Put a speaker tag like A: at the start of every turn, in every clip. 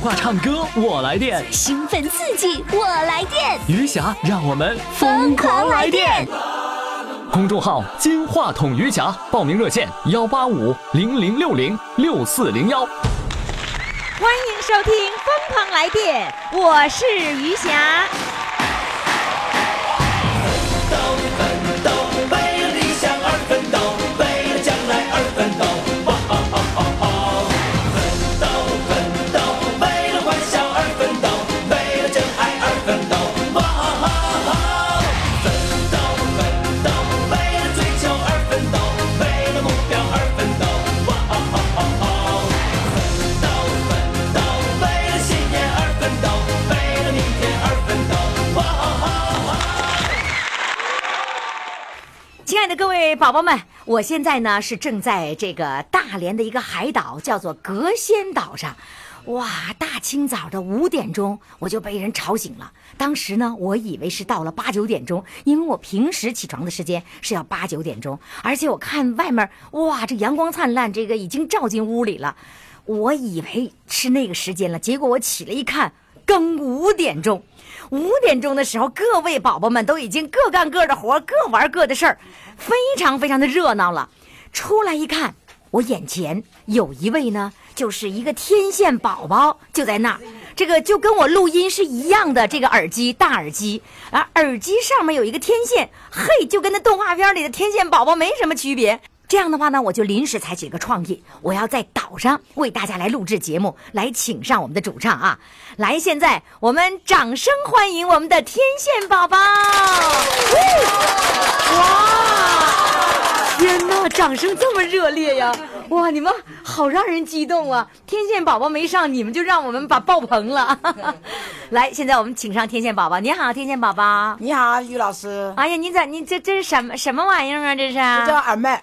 A: 话、唱歌，我来电；
B: 兴奋刺激，我来电，
A: 余霞，让我们
B: 疯狂来电！
A: 公众号“金话筒余霞”，报名热线：幺八五零零六零六四零幺。
C: 欢迎收听《疯狂来电》，我是余霞。
D: 奋斗，奋斗，为了理想而奋斗，为了将来而奋斗，哇哦哦哦哦！奋斗，奋斗，为了欢笑而奋斗，为了真爱而奋斗，哇哦哦哦！奋斗，奋斗，为了追求而奋斗，为了目标而奋斗，哇哦哦哦哦！奋斗，奋斗，为了信念而奋斗，为了明天而奋斗，哇哦哦哦！
C: 亲爱的各位宝宝们，我现在呢是正在这个大连的一个海岛，叫做隔仙岛上。哇，大清早的五点钟我就被人吵醒了。当时呢，我以为是到了八九点钟，因为我平时起床的时间是要八九点钟，而且我看外面，哇，这阳光灿烂，这个已经照进屋里了，我以为是那个时间了，结果我起来一看，刚五点钟。五点钟的时候，各位宝宝们都已经各干各的活，各玩各的事儿，非常非常的热闹了。出来一看，我眼前有一位呢，就是一个天线宝宝，就在那儿。这个就跟我录音是一样的，这个耳机大耳机，啊，耳机上面有一个天线，嘿，就跟那动画片里的天线宝宝没什么区别。这样的话呢，我就临时采取一个创意，我要在岛上为大家来录制节目，来请上我们的主唱啊！来，现在我们掌声欢迎我们的天线宝宝！呜哇，天哪，掌声这么热烈呀！哇，你们好让人激动啊！天线宝宝没上，你们就让我们把爆棚了。来，现在我们请上天线宝宝。你好，天线宝宝。
E: 你好，于老师，
C: 哎呀，你咋你这这是什么什么玩意儿啊？这是
E: 我叫耳麦，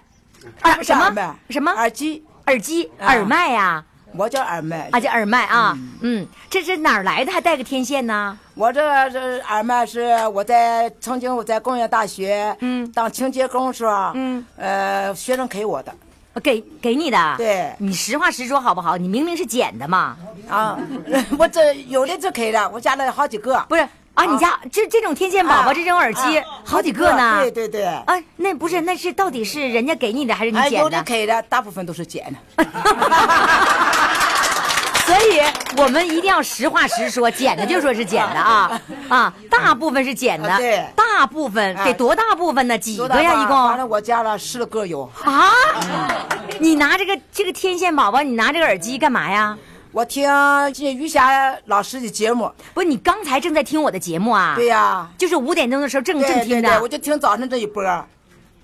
C: 啊
E: 不是
C: 什
E: 耳
C: 么
E: 麦
C: 什么
E: 耳机？
C: 耳机、
E: 啊
C: 耳麦呀、
E: 我叫耳麦
C: 啊，，这耳麦啊，嗯，这是哪儿来的？还带个天线呢？
E: 我这个这耳麦是我在曾经我在工业大学，嗯，当清洁工时候，嗯，呃，学生给我的
C: 给给你的，
E: 对
C: 你实话实说好不好？你明明是捡的嘛，
E: 啊， 我这有的这给的，我家里好几个，
C: 嗯不是啊？你家这这种天线宝宝、
E: 啊
C: 这种耳机、
E: 啊
C: 好几个呢？
E: 对对对，啊，
C: 啊，那不是，那是到底是人家给你的还是你
E: 哎有
C: 捡
E: 的
C: 的？
E: 给的，大部分都是捡的。
C: 所以我们一定要实话实说，捡的就说是捡的啊 啊，大部分是捡的，
E: 啊对
C: 大部分
E: 啊
C: 给多大部分呢？几
E: 多
C: 个
E: 大吧
C: 呀？一共
E: 啊反正我家了十来个有，
C: 啊？你拿这个这个天线宝宝，你拿这个耳机干嘛呀？
E: 我听于霞老师的节目，
C: 不是你刚才正在听我的节目啊？
E: 对呀，
C: 就是五点钟的时候正
E: 对
C: 正
E: 对
C: 听
E: 对，我
C: 的，
E: 就听早上这一波。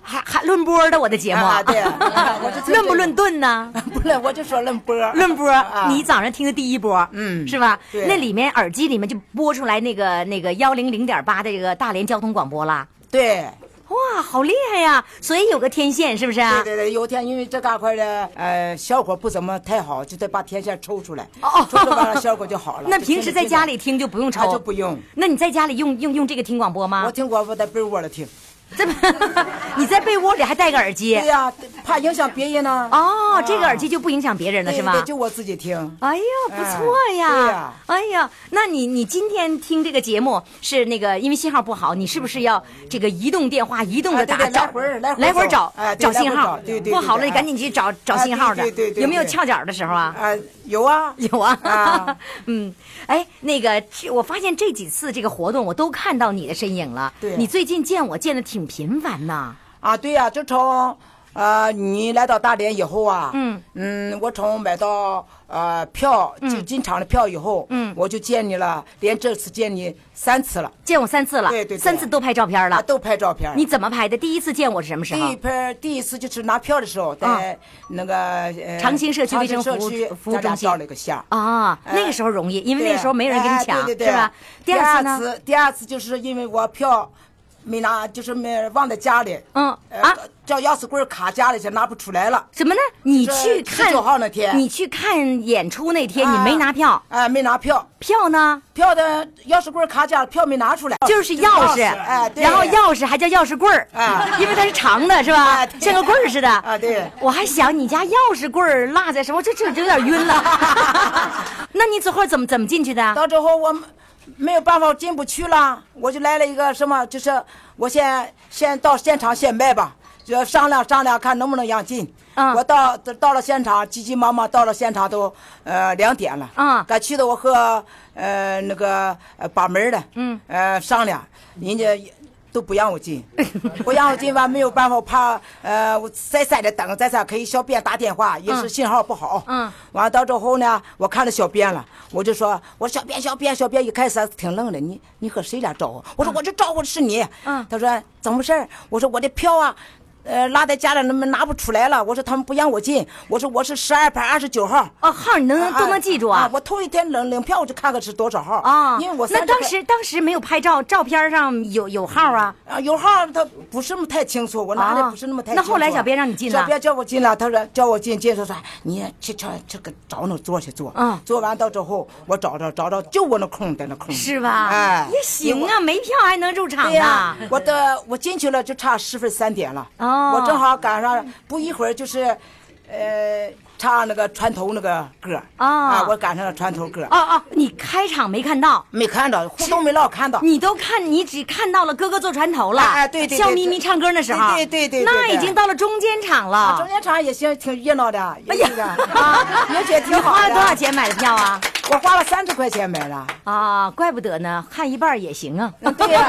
C: 还还论波的我的节目
E: 啊 对我就听这个
C: 论不论顿呢？
E: 不是，我就说论波儿，
C: 论波
E: 啊，
C: 你早上听的第一波，
E: 嗯
C: 是吧？
E: 对
C: 那里面耳机里面就播出来那个那个幺零零点八的这个大连交通广播啦。
E: 对。
C: 啊哇，好厉害呀！所以有个天线是不是啊？
E: 对对对，有一天因为这嘎块的呃效果不怎么太好，就得把天线抽出来，
C: 哦
E: 抽 出来了效果就好了。
C: 那平时在家里听就不用
E: 他
C: 抽，
E: 啊
C: 啊
E: 就不用，
C: 那你在家里用用用这个听广播
E: 我
C: 吗？
E: 听广播在被窝里听。
C: 这么 你在被窝里还戴个耳机
E: 对？呀，怕影响别人呢。
C: 哦，这个耳机就不影响别人了
E: 对
C: 是
E: 对
C: 吧？
E: 就我自己听。
C: 哎呀，不错呀！
E: 哎对呀
C: 哎呀，那你你今天听这个节目是那个，因为信号不好，你是不是要这个移动电话移动的
E: 哎
C: 打、
E: 对对
C: 找
E: 来回儿来回儿
C: 来回儿
E: 找
C: 找、
E: 哎对
C: 找
E: 来回
C: 信
E: 儿
C: 号
E: 找？对对
C: 不好了，
E: 对
C: 你
E: 哎
C: 赶紧去找找信号的。
E: 对对对对
C: 有没有
E: 对
C: 翘脚的时候啊？
E: 啊，有啊，
C: 有啊，
E: 啊
C: 嗯，哎，那个，这我发现这几次这个活动，我都看到你的身影了。
E: 对
C: 你最近见我见的挺频繁呐。
E: 啊，对呀，就从呃你来到大连以后啊，
C: 嗯
E: 嗯，我从买到呃票进进场的票以后，
C: 嗯
E: 我就见你了，连这次见你三次了，
C: 见我三次了，
E: 对对对
C: 三次都拍照片
E: 啊，
C: 了。
E: 都拍照片。
C: 你怎么拍的？第一次见我是什么时
E: 第一
C: 候？
E: 篇第一次就是拿票的时候，在那个呃
C: 长兴社区卫生服
E: 长
C: 务
E: 兴社区
C: 服务
E: 咱俩
C: 中心
E: 照了一个相。
C: 啊，
E: 哎
C: 那个时候容易，因为那个
E: 对
C: 时候没人跟你
E: 哎
C: 抢，
E: 对对对
C: 是吧？
E: 第
C: 二次呢？
E: 次，第二次就是因为我票没拿，就是没忘在家里。
C: 嗯
E: 呃
C: 啊，
E: 叫钥匙棍儿卡家里去，拿不出来了。
C: 什么呢？你去看
E: 19号那天
C: 你去看演出那天，你
E: 啊
C: 没拿票，
E: 哎，没拿票，
C: 票呢
E: 票的钥匙棍儿卡家里，票没拿出来，
C: 就是
E: 哦钥
C: 钥匙，
E: 哎，对
C: 然后钥匙还叫钥匙棍儿，
E: 啊
C: 因为它是长的，是吧？
E: 啊对
C: 像个棍儿似的。
E: 啊对
C: 我还想你家钥匙棍儿落在什么，这这这有点晕了。 那你最后怎么怎么进去的？
E: 到最后我没有办法，我进不去了，我就来了一个什么，就是我先先到现场先卖吧，就商量商量看能不能让进。
C: 嗯
E: 我到到了现场，急急忙忙到了现场都呃两点了。
C: 嗯
E: 赶去的我和呃那个呃把门的，嗯，呃商量，人家。都不让我进， 不让我进吧，没有办法，我怕呃，我再三的等，再三给小编打电话，也是信号不好。
C: 嗯
E: 完了到之后呢，我看到小编了，我就说，我说小编，小编，小编，一开始还挺愣的，你你和谁俩招呼？我说我就招呼的是你。
C: 嗯
E: 他说怎么回事儿？我说我的票啊。呃，落在家里，他们拿不出来了。我说他们不让我进，我说我是十二排二十九号，
C: 哦，号你能都能记住
E: 啊
C: 啊？
E: 我头一天领领票，我就看看是多少号
C: 啊，
E: 因为我
C: 那
E: 30
C: 当
E: 排
C: 时当时没有拍照，照片上有有号啊。
E: 啊，有号他不是那么太清楚，我拿
C: 啊
E: 的不是那么太
C: 那
E: 清楚。
C: 后来小编让你进了
E: 小编叫我进了，他说叫我进，进说说你去去这个找那座去坐。
C: 嗯
E: 坐完到之后，我找着找着，就我那空在那空。
C: 是吧？
E: 哎，
C: 也行啊，没票还能入场
E: 对呀、
C: 呢。
E: 我的我进去了就差十分三点了，
C: 哦
E: 我正好赶上，不一会儿就是，呃，唱那个船头那个歌，
C: 哦
E: 啊，我赶上了船头歌，
C: 哦哦，你开场没看到，
E: 没看到，互动没老看到，
C: 你都看，你只看到了哥哥坐船头了，
E: 哎哎对对对哎
C: 笑眯眯唱歌那时候，
E: 对对对对对啊
C: 那已经到了中间场了。
E: 中间场也行，挺热闹的，哎呀，
C: 你
E: 也觉得啊挺好的。
C: 花了多少？钱买的票啊？
E: 我花了三十块钱买的。
C: 啊，怪不得呢，看一半儿也行啊。
E: 嗯对呀、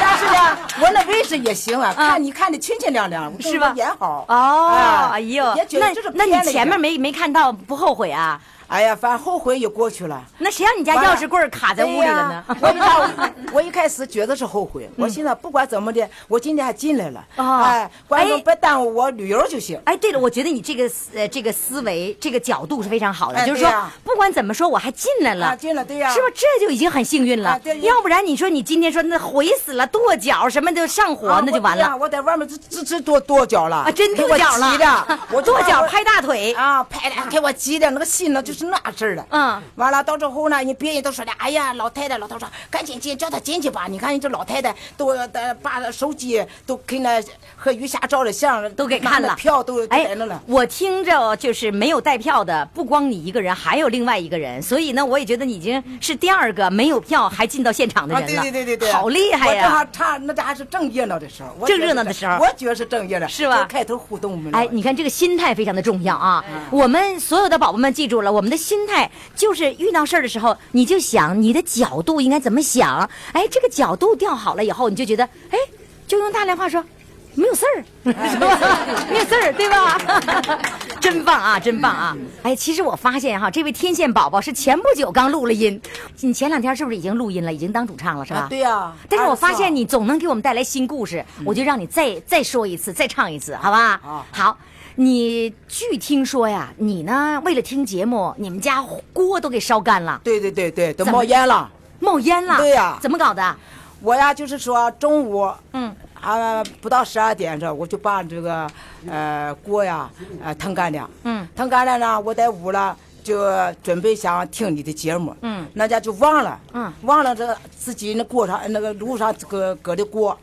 E: 但是呢，我那位置也行啊，看你看的清清亮亮，
C: 是吧
E: 也好。啊
C: 哦，哎呦，
E: 也觉
C: 那
E: 得这是
C: 那
E: 偏
C: 你
E: 了
C: 前
E: 一点
C: 面，没没看到，不后悔啊？
E: 哎呀，反正后悔也过去了。
C: 那谁让你家
E: 完了
C: 钥匙棍儿卡在屋里了呢？嗯
E: 对呀我一看，我一 开始觉得是后悔，我心想不管怎么的，我今天还进来了，
C: 哦
E: 哎，观
C: 哎
E: 众别耽误我旅游就行。
C: 哎，对了，我觉得你这个思呃这个思维这个角度是非常好的，
E: 哎
C: 就是
E: 对
C: 说、
E: 呀
C: 不管怎么说，我还进来了，
E: 啊进了对呀
C: 是吧？这就已经很幸运了。
E: 啊对呀
C: 要不然你说你今天说那悔死了，跺脚什么就上火，
E: 啊
C: 那就完了
E: 我对呀我在外面直直直跺跺脚了
C: 啊！真
E: 给
C: 跺
E: 我
C: 脚
E: 急的
C: 了，，
E: 我就
C: 跺
E: 怕
C: 脚
E: 我
C: 拍大腿。
E: 啊，拍的给我急的那个心呢，就是那事儿了。
C: 嗯，
E: 完了到最后呢，人别人都说的，哎呀，老太太，老头说，赶紧进，叫她进去吧。你看人这老太太都呃把手机都给那和余霞照的相
C: 都给看
E: 拿
C: 了
E: 那，票都都
C: 哎
E: 在那了。
C: 我听着就是没有带票的，不光你一个人，还有另外一个人，所以呢，我也觉得你已经是第二个没有票还进到现场的
E: 啊，
C: 人
E: 对
C: 了，
E: 对对对对，
C: 好厉害
E: 我正
C: 呀！
E: 好差那咱还是正热闹的时候，我
C: 正
E: 觉得
C: 热闹的
E: 这
C: 时候
E: 我觉得是正热闹，
C: 是吧
E: 就开头互动我们了。
C: 哎，你看这个心态非常的重要啊！我们所有的宝宝们记住了，我们的心态就是遇到事儿的时候，你就想你的角度应该怎么想。哎，这个角度调好了以后，你就觉得，哎，就用大连话说，哎没有事儿， 是吧？没有事儿，对吧？ 真棒啊，真棒啊！哎，其实我发现哈、这位天线宝宝是前不久刚录了音，你前两天是不是已经录音了，已经当主唱了，是吧？
E: 啊对呀
C: 但是我发
E: 二十四
C: 现
E: 号嗯
C: 你总能给我们带来新故事，我就让你再再说一次，再唱一次，好吧？
E: 好
C: 好，你据听说呀，你呢为了听节目，你们家锅都给烧干了，
E: 对对对对，都
C: 怎么
E: 冒烟了。
C: 冒烟了。
E: 对呀
C: 怎么搞的？
E: 我呀，就是说中午，
C: 嗯，
E: 啊，不到十二点这，我就把这个呃锅呀，呃腾干了，
C: 嗯，
E: 腾干了呢，我在屋了。就准备想听你的节目，
C: 嗯
E: 那家就忘了，
C: 嗯
E: 忘了这自己那锅上那个炉上搁搁的锅，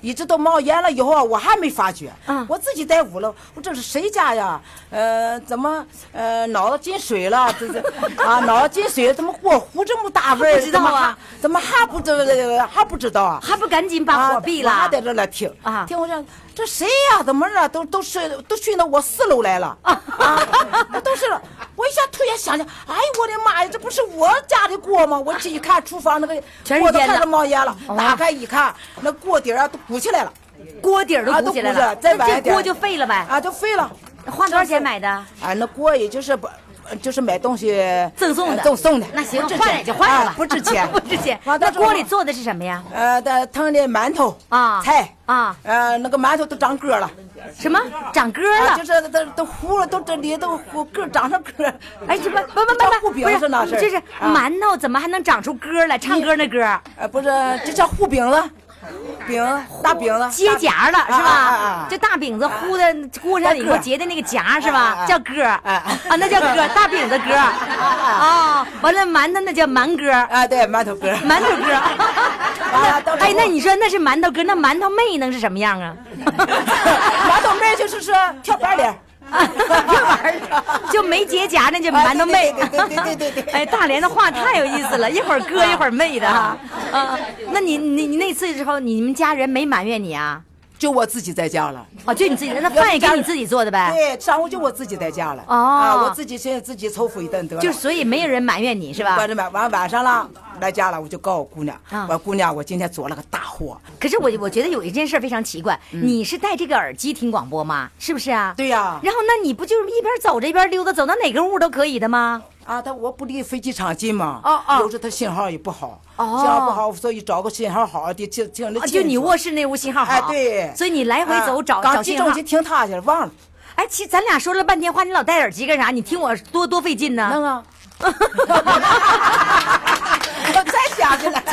E: 一直到冒烟了以后啊，我还没发觉，
C: 嗯
E: 我自己在屋了，我这是谁家呀？呃，怎么呃脑子进水了？这这啊，脑子进水了，怎么锅糊这么大味 儿？
C: 不知道啊
E: 怎么还怎么还不知道还不知道啊？
C: 还不赶紧把火闭了？
E: 啊我还在这来听
C: 啊
E: 听我讲这谁呀、怎么了？都都睡都睡到我四楼来了啊！都是了，我一下突然想起，哎呦我的妈呀，这不是我家的锅吗？我这一看厨房那个
C: 全是
E: 锅都
C: 烟
E: 开
C: 的
E: 始冒烟了，
C: 哦
E: 打开一看，那锅底儿啊都鼓起来了，
C: 锅底儿都
E: 啊
C: 鼓起来
E: 鼓
C: 了，
E: 再
C: 那
E: 晚一
C: 这
E: 点
C: 锅就废了呗。
E: 啊，都废了。
C: 花多少钱买的？
E: 啊，那锅也就是不。呃就是买东西
C: 赠送的，
E: 呃赠送的。
C: 那行，
E: 不值
C: 换了也
E: 钱
C: 就换了吧
E: 啊，不值钱，
C: 不值钱。
E: 完
C: 那
E: 到时候
C: 锅里做的是什么呀？
E: 呃的腾的馒头
C: 啊
E: 菜
C: 啊
E: 呃那个馒头都长个儿了，
C: 什么长疙儿了
E: 啊就？是都都糊了，都这里都糊个儿长上个儿。
C: 哎， 这不不不
E: 叫
C: 不不，
E: 护饼是那是
C: 这是
E: 啊
C: 馒头怎么还能长出歌来？唱歌那歌儿
E: 呃不是这叫糊饼了，饼大饼子
C: 结荚了是
E: 啊啊啊
C: 吧？这大饼子糊的锅上以后
E: 大个儿
C: 结的那个荚是
E: 啊啊
C: 吧？
E: 啊
C: 叫疙儿
E: 啊
C: 啊，那叫疙儿，大饼子疙儿啊。完了馒头那叫馒疙儿，
E: 啊，对，馒头疙。
C: 馒头 疙儿。
E: 啊都是
C: 哎， 那你说那是馒头疙儿，那馒头妹能是什么样啊？
E: 馒头妹儿就是说跳板脸儿，
C: 就没结荚那就馒头妹。
E: 啊对对对对对对 对
C: 哎，大连的话太有意思 了，一会儿哥一会儿妹的哈。啊，那你你你那次之后，你们家人没埋怨你啊？
E: 就我自己在家了。
C: 哦，就你自己，那饭也给你自己做的呗？
E: 对，上午就我自己在家了。
C: 哎哦
E: 啊，我自己先自己凑合一顿得了。
C: 就是所以没有人埋怨你是吧
E: 关？着门，完晚上了来家了，我就告我姑娘，
C: 啊
E: 我姑娘我今天做了个大祸。
C: 可是我我觉得有一件事非常奇怪，你是戴这个耳机听广播吗？是不是啊？
E: 嗯对呀
C: 然后那你不就是一边走着一边溜达，走到哪个屋都可以的吗？
E: 啊，他我不离飞机场近嘛，
C: 哦哦
E: 有时他信号也不好，
C: 哦
E: 信号不好，所以找个信号好的听听着
C: 啊，
E: 近
C: 就
E: 处
C: 你卧室那屋信号好，
E: 哎对，
C: 所以你来回走找
E: 啊
C: 找
E: 刚集
C: 信号
E: 中去。听他去了，忘了
C: 哎，其实咱俩说了半天话，你老戴耳机干啥？你听我多多费劲 呢。
E: 啊。我再想起来，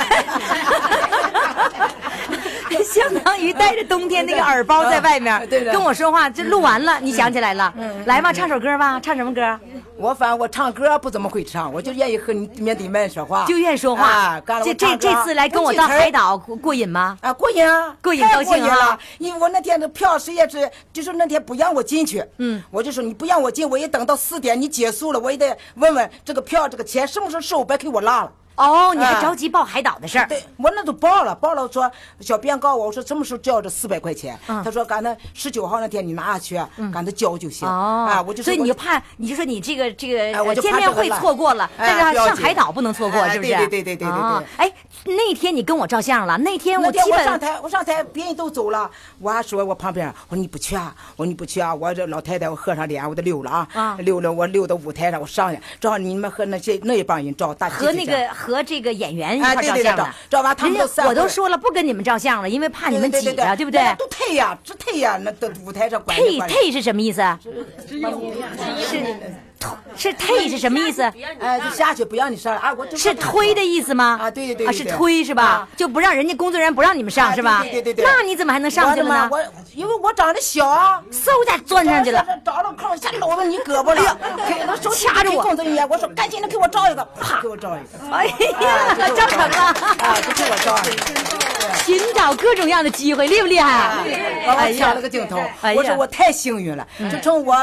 C: 相当于戴着冬天那个耳包在外面，
E: 嗯对的嗯
C: 跟我说话，这录完了，你想起来了，来吧，唱首歌吧，唱什么
E: 啊
C: 歌？
E: 我反正我唱歌不怎么会唱，我就愿意和你面对面说话，
C: 就愿意说话
E: 啊，干。了
C: 这
E: 我
C: 这
E: 唱歌
C: 这次来跟我
E: 不记
C: 到
E: 词儿
C: 海岛过过瘾吗？
E: 啊，过瘾啊，
C: 过瘾
E: 太
C: 高兴
E: 过瘾
C: 啊
E: 了。因为我那天的票谁也是，就是那天不让我进去，嗯，我就说你不让我进，我也等到四点你结束了，我也得问问这个票这个钱什么时候收，别给我落了。
C: 哦，你还
E: 啊
C: 着急报海岛的事儿？
E: 对，我那都报了，报了说小编告我，我说什么时候交这四百块钱？
C: 嗯
E: 他说赶到十九号那天你拿下去，赶到交就行。
C: 哦，
E: 啊，我就
C: 所以
E: 说
C: 你就
E: 我
C: 怕，你就说你这个这个、
E: 哎我就
C: 见
E: 怕
C: 面
E: 这个
C: 会
E: 了
C: 错过了，
E: 哎
C: 但是
E: 不要
C: 上
E: 紧
C: 海岛不能错过，
E: 哎
C: 是不是？
E: 对对对对对对
C: 哦哎，那天你跟我照相了，那天
E: 那
C: 我
E: 天
C: 基
E: 我上
C: 本
E: 台，我上台，别人都走了，我还说我旁边，我说你不去啊，我说你不去啊，我这老太太我喝上脸，我就溜了啊，
C: 啊
E: 溜了，我溜到舞台上，我上去，正好你们和那些那一帮人照大姐
C: 和
E: 姐
C: 那
E: 这样
C: 个和这个演员一
E: 哎
C: 块照
E: 对对对
C: 相
E: 照
C: 了，
E: 照完他们
C: 人家
E: 都散
C: 我都
E: 会
C: 说了不跟你们照相了，因为怕你们
E: 对
C: 挤
E: 对对
C: 呀，
E: 对
C: 对不对？
E: 那都退呀，这退呀，那都舞台上管着
C: 退
E: 管着。
C: 退是什么意思？啊是是退是什么意思？
E: 哎，就下去不让你上来，啊，我就是
C: 推的意思吗？
E: 啊对对对
C: 啊
E: 对
C: 是
E: 对
C: 推是吧
E: 啊？
C: 就不让人家工作人员不让你们上
E: 啊
C: 是吧？
E: 对对对对对
C: 那你怎么还能上去了呢
E: 我？的妈我因为我长得小啊，
C: 嗖一下钻上去了。
E: 找着空一下搂着你胳 膊了，给我手指
C: 掐着我
E: 工作人员，我说赶紧的给我照一个，啪，给我照一个，
C: 哎呀，
E: 哎
C: 张成啊，
E: 啊，就给我照一个，
C: 寻找各种样的机会，厉不厉害啊？
E: 完
C: 哎
E: 我
C: 呀嗯
E: 抢了个镜头
C: 哎，呀
E: 我说我太幸运了，就从我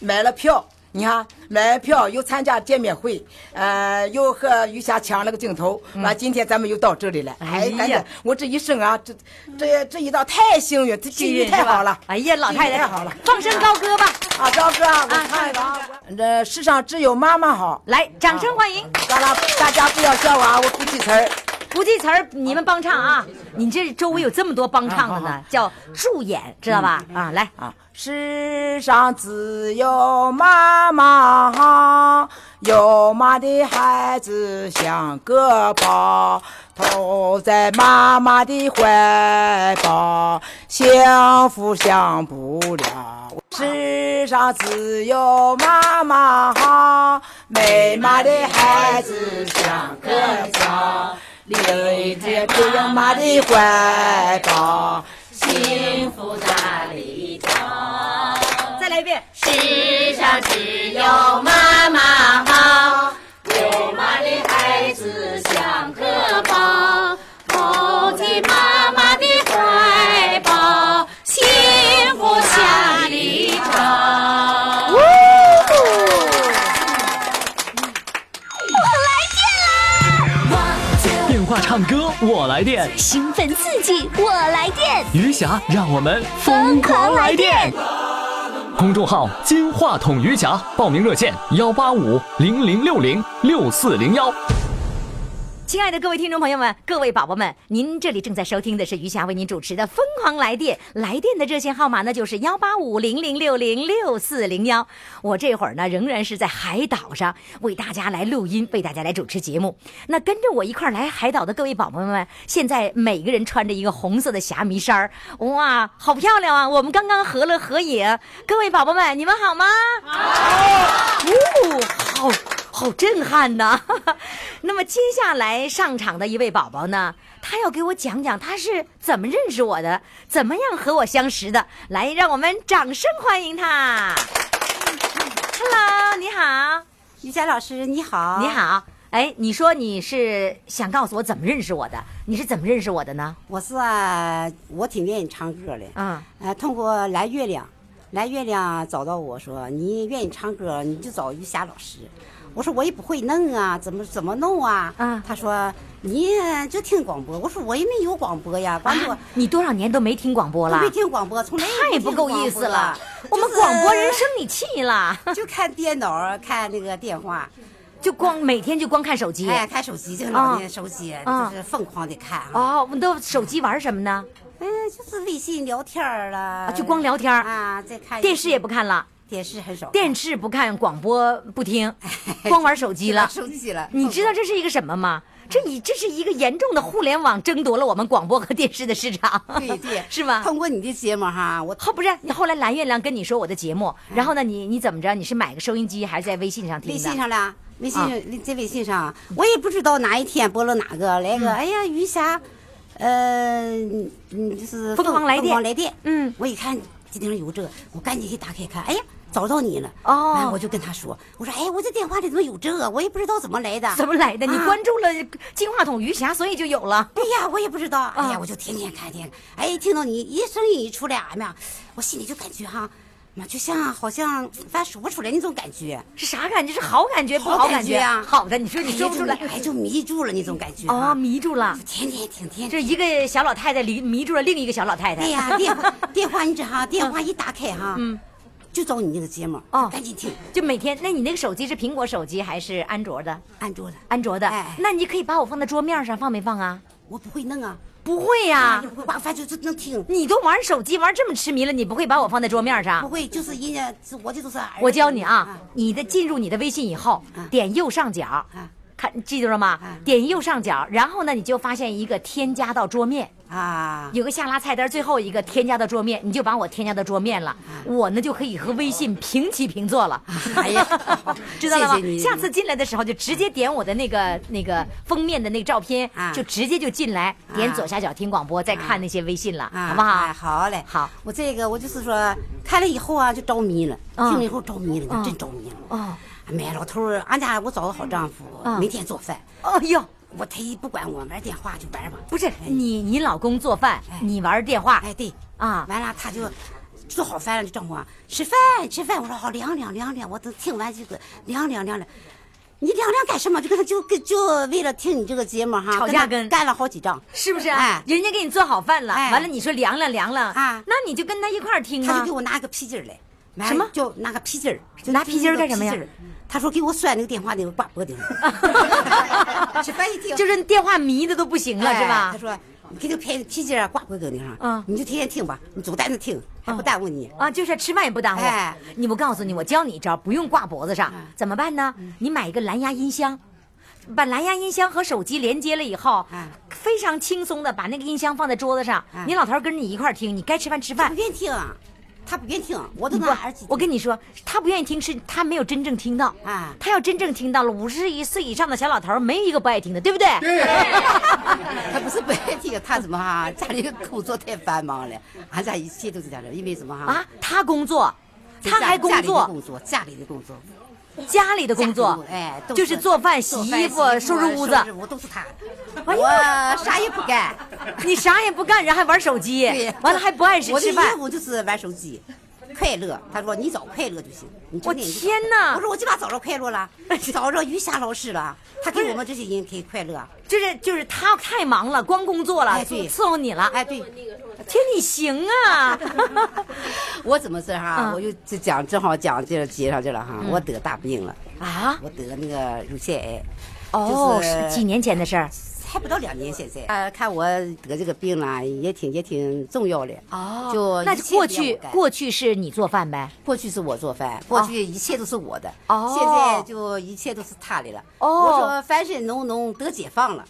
E: 买了票。你看，买了票又参加见面会，呃，又和于霞抢了个镜头，完、今天咱们又到这里了。
C: 嗯哎
E: 哎，
C: 呀
E: 赶紧，我这一生啊，这这这一道太幸运，这机遇太好了。
C: 哎呀，老太太
E: 机遇太好了。
C: 放声高歌吧！
E: 啊，赵哥，我看一个啊，这世上只有妈妈好。
C: 来，掌声欢迎！
E: 大家大家不要笑我啊，我不记词儿。
C: 不记词儿，你们帮唱啊！你这周围有这么多帮唱的
E: 啊好
C: 呢，叫助演，知道吧？啊，来，
E: 啊，世上只有妈妈好，有妈的孩子像个宝，投在妈妈的怀抱，幸福享不了。世上只有妈妈好，没妈的孩子像个宝，离在不有妈的怀抱。
C: 再来一遍。
B: 投进妈妈的怀抱，幸福下里找。我来电啦！
A: 电话唱歌我来电，
B: 兴奋刺激，我来电！
A: 余霞让我们疯
B: 疯
A: 狂
B: 狂
A: 来
B: 来
A: 电
B: 电。
A: 公众号“金话筒余霞”，报名热线：幺八五零零六零六四零幺。
C: 亲爱的各位听众朋友们，各位宝宝们，您这里正在收听的是余霞为您主持的《疯狂来电》，来电的热线号码呢就是幺八五零零六零六四零幺。我这会儿呢仍然是在海岛上为大家来录音，为大家来主持节目。那跟着我一块儿来海岛的各位宝宝们，现在每个人穿着一个红色的霞迷衫儿，哇，好漂亮啊！我们刚刚合了合影，各位宝宝们，你们好吗？好，哦，好。好震撼呐！ 那么接下来上场的一位宝宝呢，他要给我讲讲他是怎么认识我的，怎么样和我相识的。来，让我们掌声欢迎他。Hello，你好，
F: 于佳老师你好，
C: 你，好。哎，你说你是想告诉我怎么认识我的？你是怎么认识我的呢？
F: 我是啊，我挺愿意唱歌的，
C: 嗯，
F: 呃，通过蓝月亮，蓝月亮找到我说你愿意唱歌，你就找于霞老师。我说我也不会弄啊，怎么怎么弄啊？
C: 啊
F: 他说你就听广播。我说我也没有广播呀，关注
C: 啊，你多少年都没听广播
F: 我
C: 了
F: 没？听广播，从来也没
C: 太不
F: 听
C: 够
F: 广
C: 意
F: 播
C: 思了！我们
F: 就是
C: 广播人生你气了，
F: 就看电脑，看那个电话，
C: 就光每天就光看手机。
F: 哎，看手机，这个老年手机
C: 啊
F: 就是疯狂的看啊，
C: 哦，我们都手机玩什么呢？
F: 哎，就是微信聊天儿啦
C: 啊，，就光聊天儿，
F: 啊，再看
C: 电视也不，看了，
F: 电视很少看，
C: 电视不看，广播不听，
F: 哎
C: 光玩手机了。
F: 手机了，
C: 你知道这是一个什么吗？这你这是一个严重的互联网争夺了我们广播和电视的市场，
F: 对对
C: 是吧？
F: 通过你的节目哈，我
C: 后不是你后来蓝月亮跟你说我的节目，然后呢，你你怎么着？你是买个收音机还是在微信上
F: 嗯
C: 听
F: 微
C: 的？
F: 信上啦，微信
C: 啊
F: 上在微信上，我也不知道哪一天播了哪个
C: 嗯
F: 来个，哎呀，余霞，呃，嗯，就是
C: 疯狂来电
F: 疯狂来电，
C: 嗯，
F: 我一看今天有这，我赶紧给打开看，哎呀。找到你了
C: 哦
F: 哎我就跟他说，我说哎，我这电话里怎么有这？我也不知道怎么来的，
C: 怎么来的？你
F: 啊
C: 关注了金话筒余霞，所以就有了。
F: 对呀，我也不知道。
C: 啊
F: 哎呀，我就天天看天天，哎，听到你一声音一出来，哎呀，我心里就感觉哈，妈就像好像反正数不出来那种感觉，
C: 是啥感觉？是好感觉，不
F: 好
C: 感
F: 感
C: 觉
F: 觉啊
C: 好的，你说你说不出来。
F: 哎，就迷住了那种感觉
C: 哦，
F: 啊，
C: 迷住了，
F: 天天挺天
C: 这
F: 天。
C: 一个小老太太迷迷住了另一个小老太太。
F: 哎呀，电话电话你这哈，电话一打开哈，嗯，就找你那个节目，
C: 哦
F: 赶紧听，
C: 就每天，那你那个手机是苹果手机还是安卓的？
F: 安卓的，
C: 安卓的
F: 哎，
C: 那你可以把我放在桌面上，放没放啊？
F: 我不会弄啊，
C: 不会呀
F: 也，不会，反正就能听，
C: 你都玩手机玩这么痴迷了，你不会把我放在桌面
F: 不嗯
C: 上？
F: 会，就是人家是我这都是儿子
C: 我教你啊，你的进入你的微信以后，
F: 嗯
C: 点右上角
F: 啊，
C: 看记住了吗？
F: 嗯
C: 点右上角，然后呢，你就发现一个添加到桌面。
F: 啊，
C: 有个下拉菜单，最后一个添加到桌面，你就把我添加到桌面了，我呢就可以和微信平起平坐了。
F: 嗯哎呀
C: 知道了吗？
F: 谢谢你
C: 下次进来的时候就直接点我的那个那个封面的那个照片，
F: 啊
C: 就直接就进来，点左下角听广播，再看那些微信了，
F: 啊，
C: 好不好？
F: 哎好嘞，
C: 好。
F: 我这个我就是说，看了以后啊，就着迷了，
C: 嗯
F: 听了以后着迷了，
C: 嗯
F: 真着迷了。
C: 哦，
F: 哎妈呀，老头儿，俺家我找个好丈夫，
C: 嗯
F: 每天做饭，
C: 哎呦，
F: 我他一不管我，玩电话就玩吧。
C: 不是
F: 哎
C: 你，你老公做饭，
F: 哎
C: 你玩电话，
F: 哎对
C: 啊
F: 完了他就做好饭了，就找我吃饭吃饭，我说好凉凉凉凉，我都听完这个凉凉凉凉。你凉凉干什么？就跟他就跟就为了听你这个节目哈，
C: 吵架
F: 跟
C: 跟
F: 他干了好几仗，
C: 是不啊是？
F: 哎，
C: 人家给你做好饭了，
F: 哎
C: 完了你说凉了凉了
F: 啊
C: 那你就跟他一块儿听
F: 嗯他
C: 啊
F: 就给。我 拿个皮筋儿来，完了
C: 什么
F: 就拿个皮筋儿，就
C: 拿皮筋儿干什么呀
F: 就那个皮筋儿？他说给我拴那个电话那个挂脖顶上。 吃饭一听
C: 就是电话迷的都不行了，
F: 哎
C: 是吧？
F: 他说你给这个皮皮筋儿啊挂脖顶上，
C: 嗯
F: 你就天天听吧，你总带着听，还不耽误你。
C: 啊，就是吃饭也不耽误。
F: 哎
C: 你我告诉你，我教你一招，不用挂脖子上，怎么办呢？你买一个蓝牙音箱。把蓝牙音箱和手机连接了以后，
F: 哎
C: 非常轻松的把那个音箱放在桌子上，
F: 哎
C: 你老头儿跟着你一块儿听，你该吃饭吃
F: 他
C: 饭
F: 不。愿意听，他不愿意听，我都
C: 不
F: 拿耳机听。
C: 哎我跟你说，他不愿意听是他没有真正听到
F: 哎
C: 他要真正听到了，五十一岁以上的小老头儿没有一个不爱听的，对不对？
F: 他不是不愿意听，他怎么哈、家里工作太繁忙了，俺家一切都是这样的，因为什么哈、
C: 啊，他工作，
F: 在家
C: 他还工
F: 家里的
C: 作，
F: 工作，家里的工作，
C: 家里的工
F: 家里
C: 作
F: 的，哎，都
C: 就是做饭、洗衣服、啊收拾屋子，
F: 收拾屋都是他。
C: 哎呦
F: 我啥也不 干，
C: 你啥也不干，然后还玩手机
F: 对，，
C: 完了还不按时
F: 我的
C: 吃饭
F: 业。务就是玩手机，快乐。他说你找快乐就行。你整天
C: 我
F: 你就
C: 天哪
F: 我说我就把找着快乐 了，找着于霞老师了，他给我们这些人可以快
C: 啊
F: 乐。
C: 就是就是他太忙了，光工作了，
F: 哎
C: 伺
F: 对
C: 伺候你了。
F: 哎，对，
C: 天，你行啊！
F: 我怎么事哈？
C: 嗯
F: 我就就讲，正好讲这接上去了哈。我得大病了，
C: 啊，
F: 我得那个乳腺癌。
C: 哦，
F: 就是
C: 几年前的事儿。
F: 还不到两年，现在呃，看我得这个病了，也挺也挺重要的。哦就
C: 哦那
F: 一
C: 就
F: 切不
C: 过
F: 要
C: 去
F: 我干
C: 过去是你做饭呗？
F: 过去是我做饭，过去一切都是我的，
C: 哦
F: 现在就一切都是他的了。
C: 哦
F: 我说凡是农农得解放 了，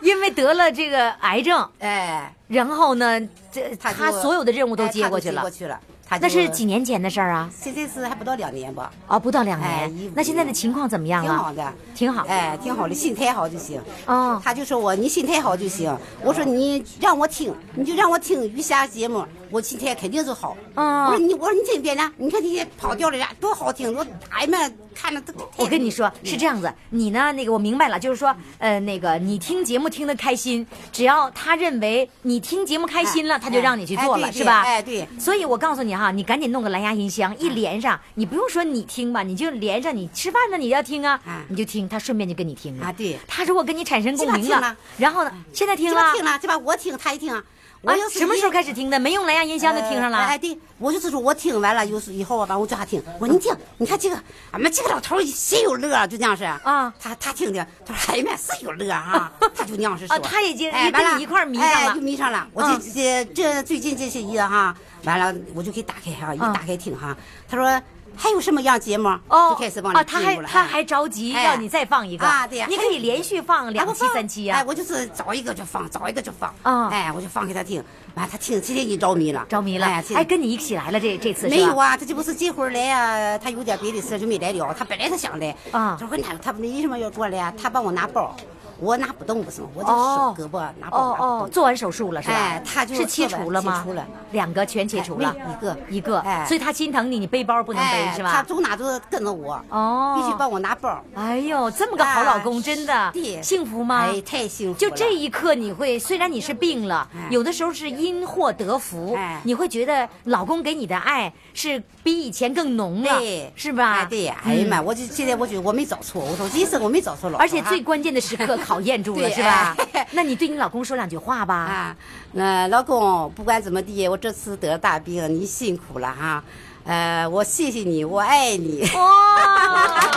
C: 因为得了这个癌症，
F: 哎，
C: 然后呢，这
F: 他
C: 他
F: 就
C: 所有的任务都
F: 哎
C: 接过去
F: 他都接
C: 了
F: 过。去了，他就
C: 那是几年前的事儿啊？
F: 这这次还不到两年吧？
C: 啊，不到两
F: 哎
C: 年
F: 一五。
C: 那现在的情况怎么样
F: 挺
C: 啊？
F: 好的，
C: 挺好。
F: 哎，挺好的，心态好就行。
C: 哦
F: 他就说我你心态好就行。我说你让我听，你就让我听余霞节目，我心态肯定就好。
C: 嗯
F: 我说你，我说你听别的，你看这些跑调的人多好听，我哎呀妈，看着都。
C: 我跟你说是这样子，你呢？那个我明白了，就是说，呃，那个你听节目听得开心，只要他认为你听节目开心了，
F: 哎
C: 他就让你去做了，
F: 哎对
C: 是吧？
F: 哎对
C: 所以我告诉你哈，你赶紧弄个蓝牙音箱，一连上，你不用说你听吧，你就连上，你吃饭呢你要听啊
F: 啊，
C: 你就听，他顺便就跟你听了
F: 啊对
C: 他如果跟你产生共鸣
F: 这把听了
C: 然后呢，现在听
F: 这
C: 了
F: 吧听了，这吧我听他也听，我
C: 啊
F: 要，是
C: 什么
F: 一
C: 时候开始听的？没用蓝牙音箱就听上了。
F: 哎，哎对，我就是说我听完了，有时以后啊，完我叫他听，我说你听，你看这个，俺们这个老头儿谁有乐啊，就那样式
C: 啊
F: 他他听听，他说哎呀妈，是有乐啊， 他就那样式说，
C: 啊他已经
F: 哎
C: 跟
F: 完
C: 你
F: 了
C: 一块儿迷上了嗯
F: 哎就迷上了。我这这这最近这些一啊哈，完了我就给打开哈，一
C: 嗯
F: 打开听哈，他说还有什么样节目，
C: 哦
F: 就开始往里
C: 啊，他还
F: 进入了
C: 他
F: 哎
C: 还着急
F: 哎
C: 要你再放一个
F: 啊对呀
C: 你可
F: 还
C: 以连续放两期三期啊
F: 哎，
C: 呀。
F: 我就是找一个就放，找一个就放。
C: 啊
F: 哎，我就放给他听，完他听，今天你着迷了，
C: 着迷了，
F: 哎，这
C: 哎，跟你一起来了这这次是
F: 没
C: 吧
F: 有啊，他这不是这会儿来啊，他有点别的事就没来了。他本来他想来，
C: 啊
F: 他说那他为什么要过来啊？他帮我拿包，我拿不动不行，我这手胳膊拿包拿
C: 哦
F: 不
C: 哦，
F: 动。
C: 做完手术了是吧？
F: 哎他就是
C: 切除了吗？
F: 切除了，
C: 两个全切除了，
F: 哎没有
C: 一
F: 一
C: 个
F: 个哎
C: 所以他心疼你，你背包不能背、
F: 哎，
C: 是
F: 他
C: 吧？
F: 走哪都跟着我，
C: 哦
F: 必须帮我拿包。
C: 哎呦，这么个好老公，
F: 哎
C: 真的
F: 对
C: 幸福吗？
F: 哎，太幸福了。
C: 就这一刻，你会虽然你是病了，
F: 哎
C: 有的时候是因祸得福，
F: 哎
C: 你会觉得老公给你的爱是比以前更浓了，
F: 对，
C: 是吧？
F: 哎，对呀，哎呀
C: 嗯
F: 妈，我就现在我觉得我没找错，我说这一次我没找错老头儿啊。
C: 而且最关键的时刻考验住了，
F: 对
C: 是吧
F: 哎？
C: 那你对你老公说两句话吧。
F: 啊，那老公，不管怎么地，我这次得大病，你辛苦了哈。呃，我谢谢你，我爱你。
C: 嗯哇！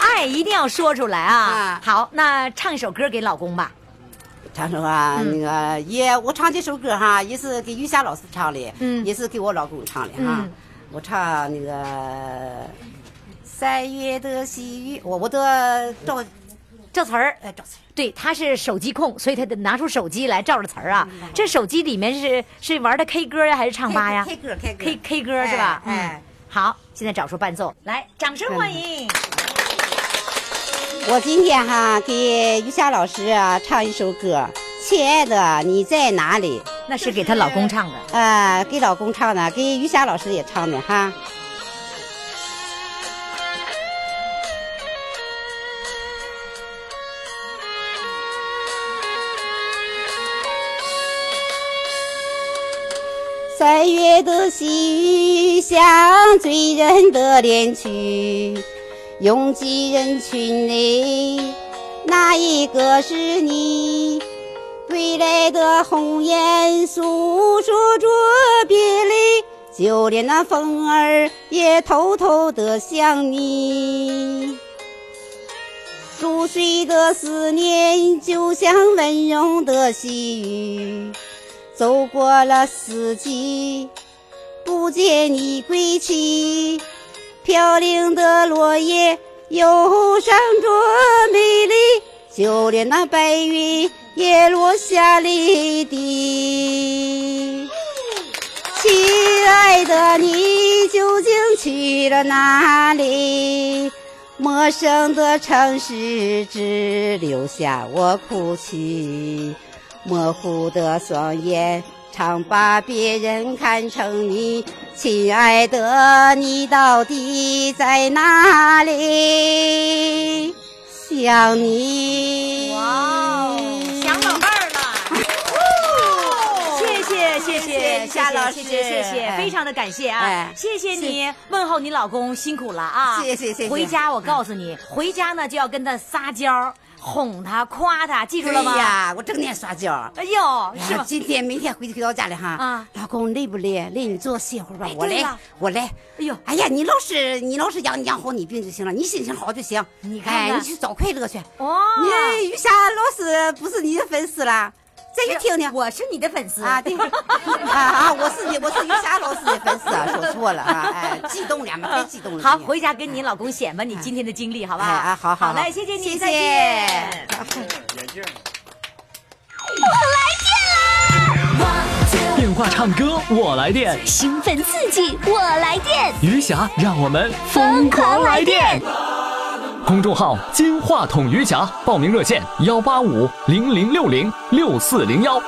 C: 爱一定要说出来啊
F: 啊！
C: 好，那唱一首歌给老公吧。
F: 唱首啊，那个也我唱这首歌哈，也是给余霞老师唱的，
C: 嗯
F: 也是给我老公唱的哈。
C: 嗯
F: 我唱那个三月的细雨，我我得照
C: 这词儿，呃
F: 哎照词儿
C: 对，他是手机控，所以他得拿出手机来照着词儿啊。这手机里面是是玩的 K 歌呀，还是唱吧呀
F: ，K 歌 K 歌
C: K K 歌是吧？
F: 哎哎
C: 嗯。好，现在找出伴奏来，掌声欢迎。
F: 我今天哈给于霞老师啊唱一首歌，《亲爱的你在哪里》。
C: 那是给她老公唱的。
F: 呃，给老公唱的，给于霞老师也唱的哈。三月的细雨像醉人的恋曲，拥挤人群里，哪一个是你？归来的红雁诉说着别离，就连那风儿也偷偷的想你。熟睡的思念就像温柔的细雨，走过了四季，不见你归期。飘零的落叶忧伤着美丽，就连那白云也落下泪滴。亲爱的，你究竟去了哪里？陌生的城市只留下我哭泣，模糊的双眼常把别人看成你。亲爱的，你到底在哪里？想你。
C: 哇哦，想老伴儿了。谢谢谢谢
F: 谢谢夏老师
C: 谢谢谢谢，
F: 哎
C: 非常的感谢啊
F: 哎！
C: 谢谢你问候你老公辛苦了啊！
F: 谢谢谢谢
C: 回家我告诉你，回家呢就要跟他撒娇，哄他夸他，记住了吗
F: 对？哎呀，我整天撒娇。
C: 哎呦，是
F: 呀
C: 吗？
F: 今天每天回回到家里哈，
C: 啊
F: 老公累不累？累你坐歇会儿吧
C: 哎，
F: 我
C: 对
F: 来
C: 了，
F: 我来。
C: 哎呦
F: 哎呀，你老是你老是养养好你病就行了，你心情好就行。
C: 你看啊看
F: 哎，你去找快乐去。
C: 哇
F: 你这于霞老师不是你的粉丝啦？再去听听。
C: 哦我是你的粉丝
F: 啊，对， 啊啊，我是你，我是于霞老师的粉 丝啊，说错了啊，哎，激动了嘛，太激动了。
C: 好，
F: 你
C: 回家跟你老公显摆你今天的经历，好不好？
F: 哎啊好好
C: 好
F: 好
C: 嘞，谢谢你，
F: 谢
C: 再见
F: 谢。
B: 我
A: 电话唱歌我来电，
G: 兴奋刺激，我来电！
A: 余霞让我们疯狂来电。公众号“金话筒余霞”，报名热线：幺八五零零六零六四零幺。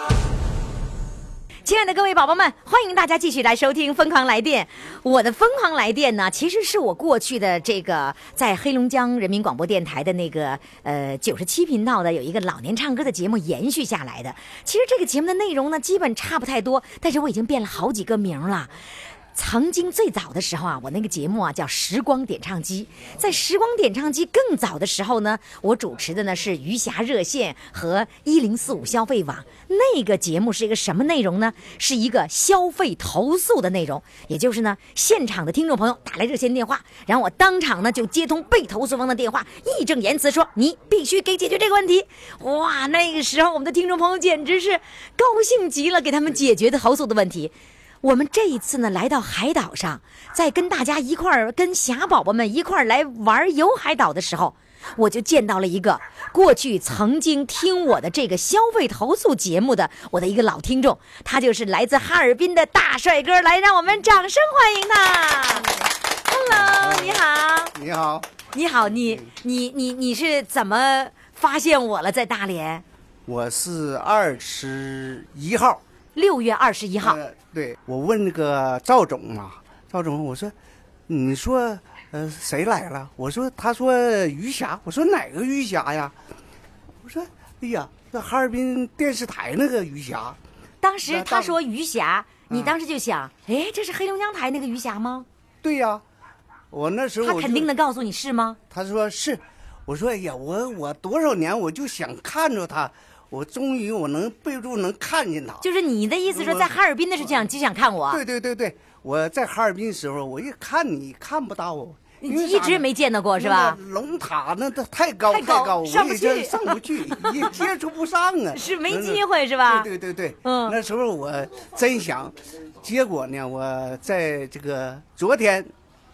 C: 亲爱的各位宝宝们，欢迎大家继续来收听《疯狂来电》。我的《疯狂来电》呢，其实是我过去的这个在黑龙江人民广播电台的那个呃九十七频道的有一个老年唱歌的节目延续下来的。其实这个节目的内容呢，基本差不太多，但是我已经变了好几个名儿了。曾经最早的时候啊，我那个节目啊叫《时光点唱机》。在《时光点唱机》更早的时候呢，我主持的呢是余霞热线和一零四五消费网。那个节目是一个什么内容呢？是一个消费投诉的内容，也就是呢，现场的听众朋友打来热线电话，然后我当场呢就接通被投诉方的电话，义正言辞说你必须给解决这个问题。哇，那个时候我们的听众朋友简直是高兴极了，给他们解决的投诉的问题。我们这一次呢，来到海岛上，在跟大家一块儿、跟霞宝宝们一块儿来玩游海岛的时候，我就见到了一个过去曾经听我的这个消费投诉节目的我的一个老听众，他就是来自哈尔滨的大帅哥，来，让我们掌声欢迎他。Hello，你好，
H: 你好，
C: 你好，你你你你是怎么发现我了？在大连，
H: 我是二十一号。
C: 六月二十一号，
H: 呃，对我问那个赵总啊，赵总，我说，你说，呃，谁来了？我说，他说余霞，我说哪个余霞呀？我说，哎呀，那哈尔滨电视台那个余霞，
C: 当时
H: 那
C: 他
H: 当
C: 说余霞，你
H: 嗯
C: 当时就想，哎，这是黑龙江台那个余霞吗？
H: 对呀、我那时候
C: 他
H: 我就
C: 肯定能告诉你是吗？
H: 他说是，我说哎呀，我我多少年我就想看着他，我终于我能备注能看见他，
C: 就是你的意思说，
H: 我
C: 在哈尔滨的时候就想就想看我，
H: 对对对对，我在哈尔滨时候，我一看你看不到我，
C: 你
H: 因为
C: 一
H: 啥
C: 直
H: 呢
C: 没见到过是
H: 那
C: 吧
H: 个？龙塔那它太高
C: 太
H: 太
C: 高
H: 我
C: 上 不
H: 也就
C: 去
H: 上不去，也接触不上啊，
C: 是没
H: 那
C: 机会是吧
H: 对对对对，
C: 嗯
H: 那时候我真想，结果呢，我在这个昨天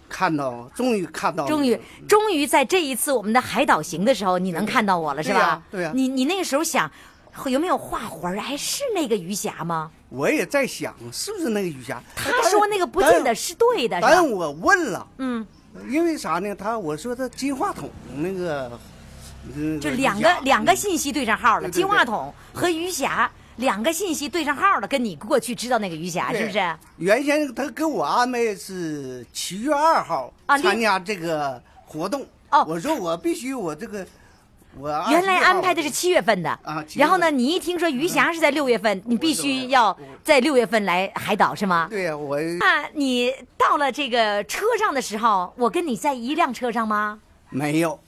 H: 看到，终于看到了，
C: 终于，终于在这一次我们的海岛行的时候，你能看到我了
H: 嗯
C: 是
H: 对
C: 吧
H: 呀？对呀
C: 你你那个时候想，会有没有画魂儿？哎，是那个余霞吗？
H: 我也在想是不是那个雨霞，
C: 他
H: 但
C: 说那个不见
H: 但
C: 得是对的，是吧
H: 但？我问了，
C: 嗯，
H: 因为啥呢？他我说他金话筒那个，嗯
C: 就两个两个
H: 嗯
C: 信息对上号了，
H: 对对对
C: 金话筒和余霞两个信息对上号了，跟你过去知道那个余霞
H: 对
C: 啊
H: 啊
C: 是不是？
H: 原先他给我安排是七月二号
C: 啊
H: 参加这个活动。
C: 哦
H: 我说我必须我这个我26
C: 原来安排的是
H: 号
C: 七月份的，
H: 啊七月份嗯
C: 然后呢，你一听说余霞是在六月份，你必须要在六月份来海岛是吗？
H: 对呀、我
C: 那你到了这个车上的时候，我跟你在一辆车上吗？
H: 没有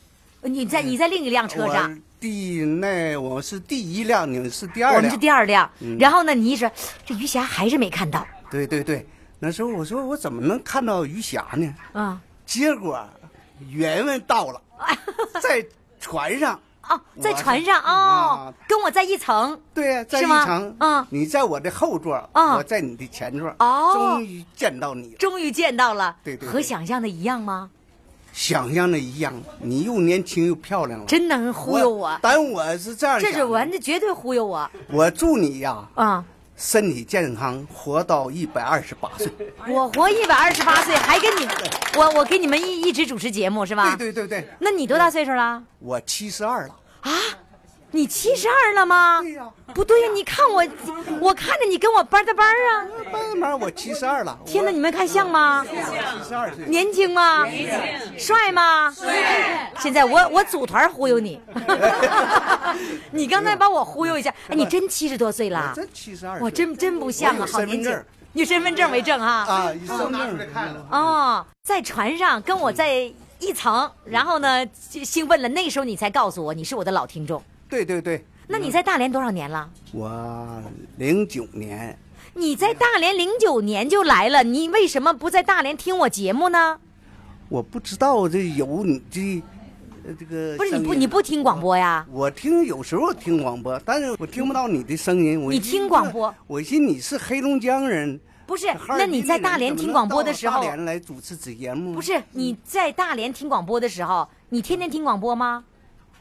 C: 你在你在另一辆车上，
H: 嗯我第那我是第一辆，你们是第
C: 我
H: 二
C: 们是
H: 辆。
C: 第二辆。
H: 嗯
C: 然后呢，你一说这余霞还是没看到
H: 对对对，那时候我说我怎么能看到余霞呢？
C: 啊、
H: 结果缘分到 了，在船上。
C: 哦，在
H: 我是
C: 船上哦
H: 啊，
C: 跟我在一层。
H: 对呀、在
C: 是
H: 一
C: 吗
H: 层，
C: 嗯
H: 你在我的后座，
C: 嗯
H: 我在你的前座，
C: 哦
H: 终于见到你了。
C: 终于见到了，
H: 对对对
C: 和想象的一样吗？
H: 想象的一样，你又年轻又漂亮了，
C: 真能忽悠我，
H: 但啊我是这样想
C: 这
H: 的，
C: 是我，那绝对忽悠我
H: 我祝你呀，
C: 啊！
H: 身体健康，活到一百二十八岁。
C: 我活一百二十八岁，还跟你们，我我给你们一一直主持节目是吧？
H: 对对对对，
C: 那你多大岁数了？
H: 我七十二了，
C: 你七十二了吗？
H: 对呀
C: 不对呀、你看我，我看着你跟我班的班儿啊！
H: 慢慢哎我七十二了。
C: 天哪，你们看像吗？
H: 七十二岁，
C: 年轻吗？年轻。帅吗？帅。现在我我组团忽 悠你，你刚才把我忽悠一下，哎，你真七十多岁了
H: 我，真七十二，
C: 我真真不像
H: 我
C: 啊，
H: 有身
C: 好
H: 份
C: 年轻
H: 证。
C: 你有身份证为证哈？
H: 啊，一生证看了。
C: 哦，在船上跟我在一层，然后呢就兴奋了。那时候你才告诉我你是我的老听众。
H: 对对对，
C: 那你在大连多少年了？
H: 我零九年，
C: 你在大连零九年就来了，你为什么不在大连听我节目呢？
H: 我不知道这有你这，呃这个
C: 不是
H: 声
C: 你不
H: 音
C: 你不听广播呀？
H: 我听有时候听广播，但是我听不到你的声音。我
C: 你
H: 一
C: 听
H: 看
C: 广播，
H: 我寻你是黑龙江人，
C: 不是
H: 哈，尔
C: 那
H: 滨
C: 你在
H: 的人
C: 大连
H: 怎么
C: 听
H: 能
C: 广播
H: 到
C: 的时
H: 大，
C: 候
H: 连来主持节目，
C: 不是你在大连听广播的时候，你天天听广播吗？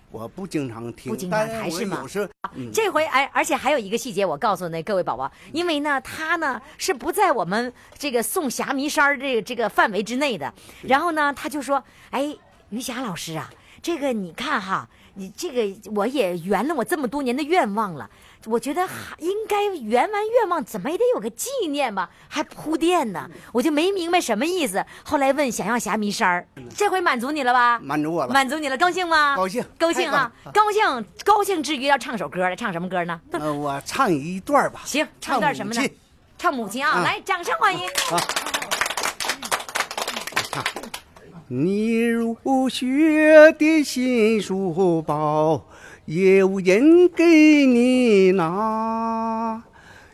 H: 我不经常听，
C: 不经常
H: 但
C: 还是
H: 我
C: 吗
H: 有时嗯
C: 这回哎，而且还有一个细节，我告诉那各位宝宝，因为呢，他呢是不在我们这个送霞迷衫儿这个这个范围之内的。然后呢，他就说：“哎，于霞老师啊，这个你看哈，你这个我也圆了我这么多年的愿望了。我觉得还应该圆完愿望，怎么也得有个纪念吧，还铺垫呢。
H: 嗯
C: 我就没明白什么意思。后来问想要霞迷衫儿，这回满足你了吧？
H: 嗯满足我了。
C: 满足你了，高兴吗？
H: 高兴
C: 高 兴啊！
H: 太
C: 高兴，高兴之余要唱首歌了，唱什么歌呢？
H: 呃，我唱一段儿吧。
C: 行，唱段什么呢
H: 唱母亲？
C: 唱母亲啊！
H: 啊
C: 来，掌声欢迎。
H: 你入学的新书包，有人给你拿；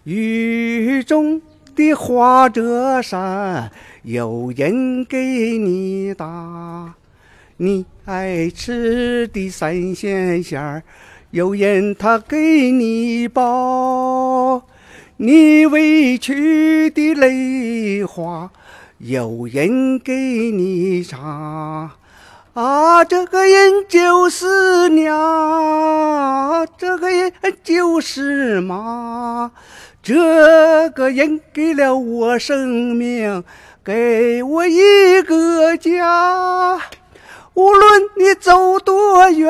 H: 雨中的花折伞，有人给你打。你爱吃的三鲜馅儿，有人他给你包；你委屈的泪花，有人给你擦。啊，这个人就是娘，这个人就是妈，这个人给了我生命，给我一个家。无论你走多远，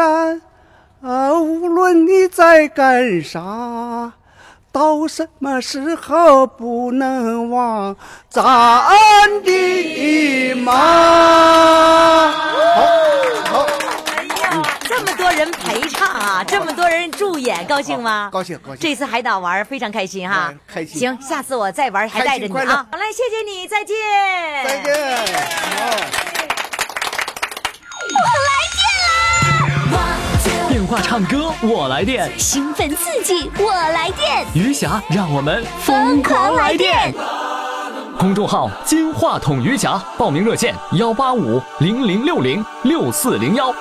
H: 啊，无论你在干啥，到什么时候不能忘咱的妈。好，
C: 哎呀，这么多人陪唱啊，这么多人助演，高兴吗？
H: 嗯哦高兴高兴
C: 这次海岛玩儿非常开心哈
H: 哎，开心
C: 行，下次我再玩儿还带着你
H: 开心快乐
C: 啊。好嘞，谢谢你，再见。
H: 再见。好。
A: 电话唱歌我来电，
G: 兴奋刺激，我来电！
A: 余霞让我们
G: 疯狂来电！
A: 公众号“金话筒余霞”，报名热线：幺八五零零六零六四零幺。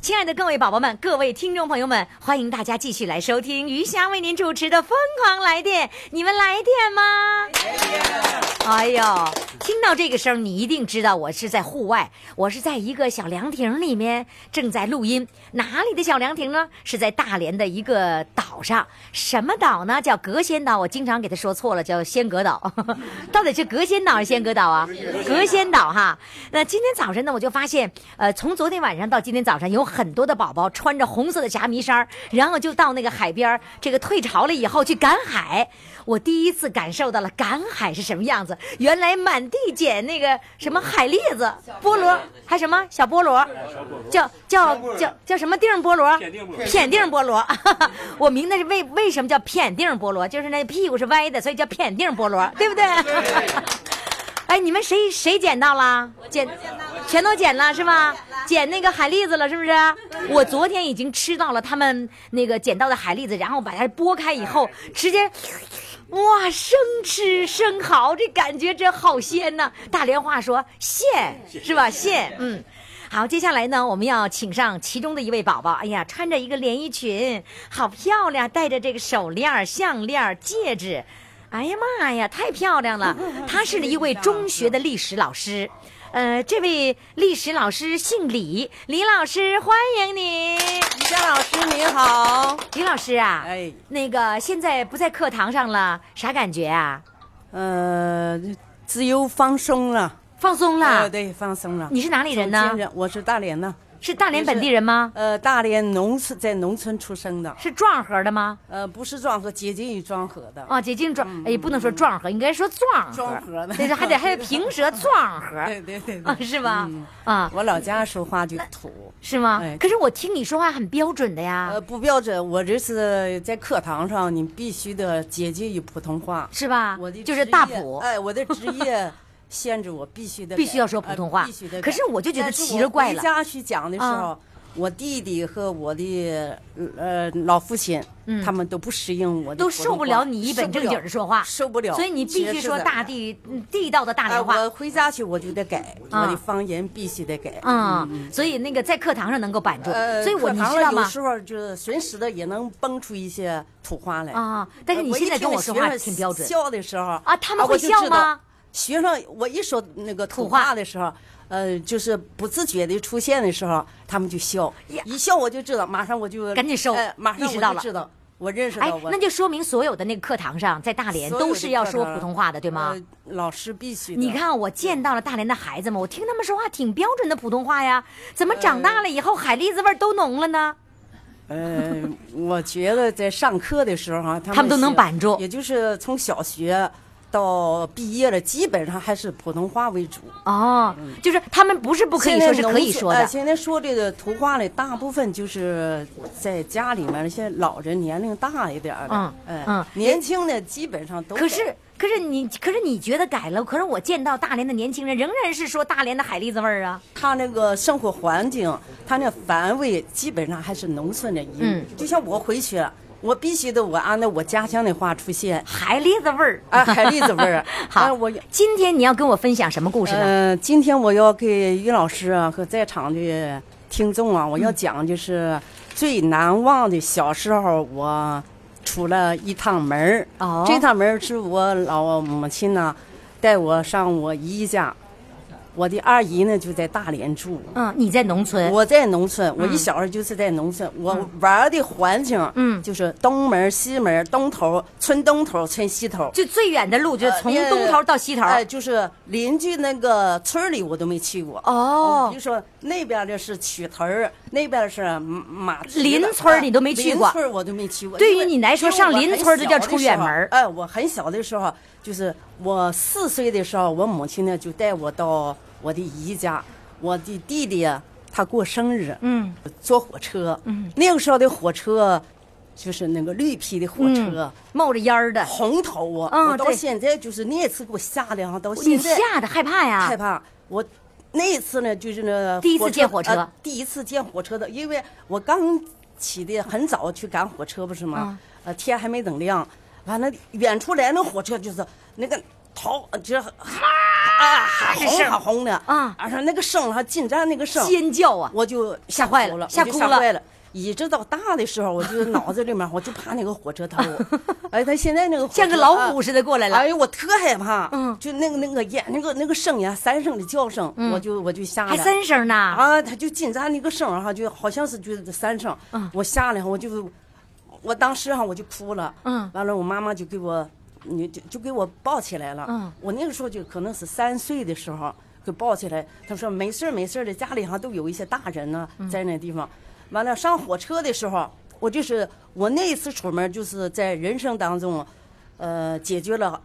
C: 亲爱的各位宝宝们、各位听众朋友们，欢迎大家继续来收听余霞为您主持的《疯狂来电》，你们来电吗？哎呦，听到这个声儿，你一定知道我是在户外，我是在一个小凉亭里面正在录音。哪里的小凉亭呢？是在大连的一个岛上。什么岛呢？叫隔仙岛。我经常给他说错了，叫仙阁岛。到底是隔仙岛还是仙阁岛啊？隔仙岛哈。那今天早晨呢，我就发现，呃，从昨天晚上到今天早上，有很多的宝宝穿着红色的霞迷衫儿，然后就到那个海边儿这个退潮了以后去赶海。我第一次感受到了赶海是什么样子。原来满地捡那个什么海蛎子、菠萝，还什么小菠萝，叫叫叫叫什么定菠萝？片定菠萝。菠萝， 我明白是为为什么叫片定菠萝，就是那屁股是歪的，所以叫片定菠萝，对不对？哎，你们谁谁捡到了？捡，全都捡了是吧？捡那个海蛎子了是不是？我昨天已经吃到了他们那个捡到的海蛎子，然后把它剥开以后，直接，哇，生吃生蚝，这感觉真好鲜呐、大连话说鲜是吧？鲜，嗯。好，接下来呢，我们要请上其中的一位宝宝。哎呀，穿着一个连衣裙，好漂亮，戴着这个手链儿、项链儿、戒指，哎呀妈呀，太漂亮了！她是一位中学的历史老师。呃，这位历史老师姓李，李老师，欢迎你。
E: 夏老师您好，
C: 李老师啊，
E: 哎
C: 那个现在不在课堂上了，啥感觉啊？
E: 呃，自由放松了，
C: 放松了？
E: 哎对，放松了。
C: 你是哪里人呢
E: 首先？人？我是大连的，
C: 是大连本地人吗？
E: 呃，大连农村在农村出生的，
C: 是壮河的吗？
E: 呃，不是庄河，接近于庄河的。
C: 哦，解禁壮，哎，不能说壮河，应该说壮河。
E: 壮河的
C: 对，还得还得平舌壮河。
E: 对对对对
C: 啊，是吧？
E: 嗯
C: 啊，
E: 我老家说话就土，
C: 是吗
E: 哎？
C: 可是我听你说话很标准的呀
E: 呃，，不标准。我这是在课堂上，你必须得接近于普通话。
C: 是吧
E: 我的？
C: 就
E: 职
C: 是
E: 业
C: 大普。
E: 哎，我的 职业限制我必须得
C: 必
E: 改
C: 须要说普通话
E: 呃必须得
C: 可
E: 改。
C: 是我就觉得
E: 但是
C: 奇
E: 我
C: 了怪了
E: 回家去讲的时候
C: 啊，
E: 我弟弟和我的呃老父亲，他们都不适应我的
C: 嗯都
E: 普通
C: 受不
E: 话
C: 了你一本正经的说话，
E: 受不了。
C: 所以你必须说大
E: 地。
C: 地嗯地道的大
E: 哎，
C: 连话
E: 我。回家去我就得改，
C: 啊
E: 我的方言必须得改。
C: 嗯，所以那个在课堂上能够板住，
E: 呃，
C: 所以我
E: 课
C: 你
E: 堂
C: 知道
E: 上有
C: 吗？
E: 时候就是随时的也能蹦出一些土话来。
C: 啊，但
I: 哎
E: 呃
C: 是你现在跟我说话挺标准
E: 我一听学生笑的时候
C: 啊他们
E: 我
C: 会
E: 就知道
C: 笑吗？
E: 学生，我一说那个土话的时候，
I: 呃，就是不自觉的出现的时候，他们就笑，
C: 呀
I: 一笑我就知道，马上我就
C: 赶紧收
I: 呃马上
C: 意识
I: 我
C: 到
I: 就
C: 了
I: 知道，我认识
C: 哎
I: 到我，
C: 那就说明所有的那个课堂上，在大连
I: 所有
C: 都
I: 的
C: 是要
I: 课
C: 说
I: 堂
C: 普通话的，对吗？
I: 呃老师必须的。
C: 你看，我见到了大连的孩子们，我听他们说话挺标准的普通话呀，怎么长大了以后海蛎子味儿都浓了呢？
I: 呃，我觉得在上课的时候哈、他
C: 他们都能
I: 是
C: 板住
I: 也就是从小学到毕业了，基本上还是普通话为主。
C: 哦，
I: 嗯
C: 就是他们不是不
I: 不
C: 可以说，是可以说的。
I: 哎呃现在说这个图画的大部分就是在家里面，现在老人年龄大一点儿的，
C: 嗯
I: 哎
C: 嗯
I: 年轻的基本上都
C: 可是，可是你，可是你觉得改了？可是我见到大连的年轻人仍然是说大连的海蛎子味儿啊。
I: 他那个生活环境，他那范围基本上还是农村的一
C: 嗯
I: 就像我回去了，我必须得我按照我家乡的话出 现。
C: 海蛎子味儿
I: 啊海蛎子味儿
C: 好，
I: 啊我
C: 今天你要跟我分享什么故事呢？
I: 嗯、今天我要给于老师啊和在场的听众啊，我要讲就是最难忘的小时候我出了一趟门儿。
C: 哦
I: 这趟门儿是我老母亲呢带我上我姨家，我的二姨呢就在大连住。
C: 嗯，你在农村，
I: 我在农村，我一小时候就是在农村，我玩的环境，
C: 嗯
I: 就是东门、西门、东头、村东头、村西头，
C: 就最远的路就是从
I: 呃
C: 东头到西头。
I: 哎，就是邻居那个村儿里我都没去过。
C: 哦
I: 我就说那边儿的是曲屯儿，那边儿是马蹄子
C: 邻村儿你都没去过
I: 邻村儿我都没去过。
C: 对于
I: 因为
C: 你来说
I: 因为我
C: 上邻村儿
I: 很
C: 就叫
I: 小的
C: 出远
I: 时候
C: 门儿
I: 哎，我很小的时候，就是我四岁的时候，我母亲呢就带我到我的姨家，我的弟弟他过生日，
C: 嗯，
I: 坐火车，嗯，那个时候的火车。就是那个绿皮的火车，
C: 嗯，冒着烟儿的，
I: 红头啊！
C: 嗯
I: 我到
C: 对
I: 现在就是那一次给我吓得哈，到
C: 你
I: 现在
C: 吓得害怕呀？
I: 害怕。我那一次呢，就是那
C: 第一次见火车
I: 呃第一次见火车的，因为我刚起的很早去赶火车，不是
C: 嗯
I: 吗？呃，天还没等亮，完了远处来那火车就是那个头，就是哈啊红哈红的
C: 啊
I: 而且那个声哈进站那个声，
C: 尖叫啊！
I: 我就
C: 吓坏了
I: 我就
C: 吓
I: 吓
C: 哭了
I: 坏了。一直到大的时候，我就脑子里面我就怕那个火车 头，哎，他现在那个火
C: 像个
I: 车
C: 老
I: 啊
C: 虎似的过来了
I: 哎呦，我特害怕，
C: 嗯
I: 就那个那个眼那个那个声音啊，三声的叫声，我就我就吓
C: 还
I: 得。
C: 哎三声呢？
I: 啊，他就进咱那个声儿哈，就好像是就是三声，
C: 嗯
I: 我吓了，我就，我当时哈我就哭了，
C: 嗯
I: 完了我妈妈就给我，你就就给我抱起来了，
C: 嗯
I: 我那个时候就可能是三岁的时候给抱起来，她说没事儿没事儿的，家里哈都有一些大人呢、
C: 嗯
I: 在那地方，完了上火车的时候，我就是我那一次出门就是在人生当中，呃，解决了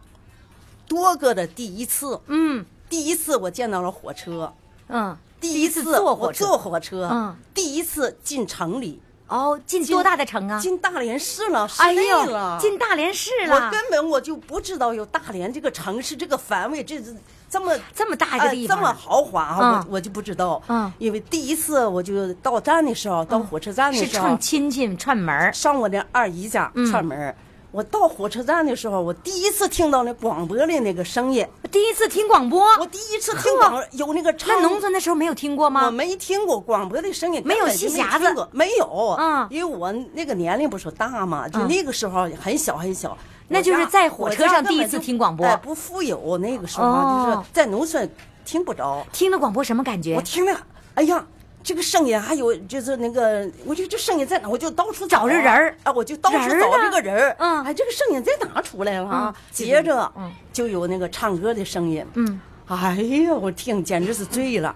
I: 多个的第一次，
C: 嗯
I: 第一次我见到了火车。
C: 嗯，
I: 第一次
C: 坐火车
I: 我坐火车，
C: 嗯
I: 第一次进城里，
C: 哦，进
I: 进
C: 多大的城啊？
I: 进大连市了，市
C: 哎
I: 内
C: 呦，
I: 了，
C: 进大连市了
I: 我，根本我就不知道有大连这个城市这个范围，这这这么
C: 这么大一个
I: 哎
C: 地方
I: 这么豪华啊，
C: 嗯
I: 我我就不知道，
C: 嗯
I: 因为第一次我就到站的时候，到火车站
C: 是
I: 的时候
C: 串，亲戚串门儿。
I: 上我那二姨家
C: 嗯
I: 串门儿。我到火车站的时候，我第一次听到那广播的那个声音，
C: 第一次听广播，
I: 我第一次听广有那个唱
C: 那农村的时候没有听过
I: 我
C: 吗？
I: 没听过广播的声音，
C: 啊没有
I: 根本就
C: 戏匣子
I: 听过没有，
C: 嗯
I: 因为我那个年龄不是大嘛，就
C: 嗯
I: 那个时候很小很小。
C: 那
I: 我
C: 就是
I: 家
C: 在火
I: 我
C: 车
I: 家
C: 上
I: 根
C: 第一
I: 本
C: 次
I: 就
C: 听广播
I: 哎不富有那个时候啊
C: 哦
I: 就是在农村听不着。
C: 听了广播什么感觉
I: 我？听了，哎呀，这个声音还有就是那个，我就这声音在哪？我就到处
C: 找着人儿
I: 啊，我就到处
C: 人儿呢
I: 找这个人儿。
C: 嗯
I: 哎，这个声音在哪出来了啊
C: 嗯？
I: 接着
C: 嗯
I: 就有那个唱歌的声音。
C: 嗯，
I: 哎呀，我听简直是醉了。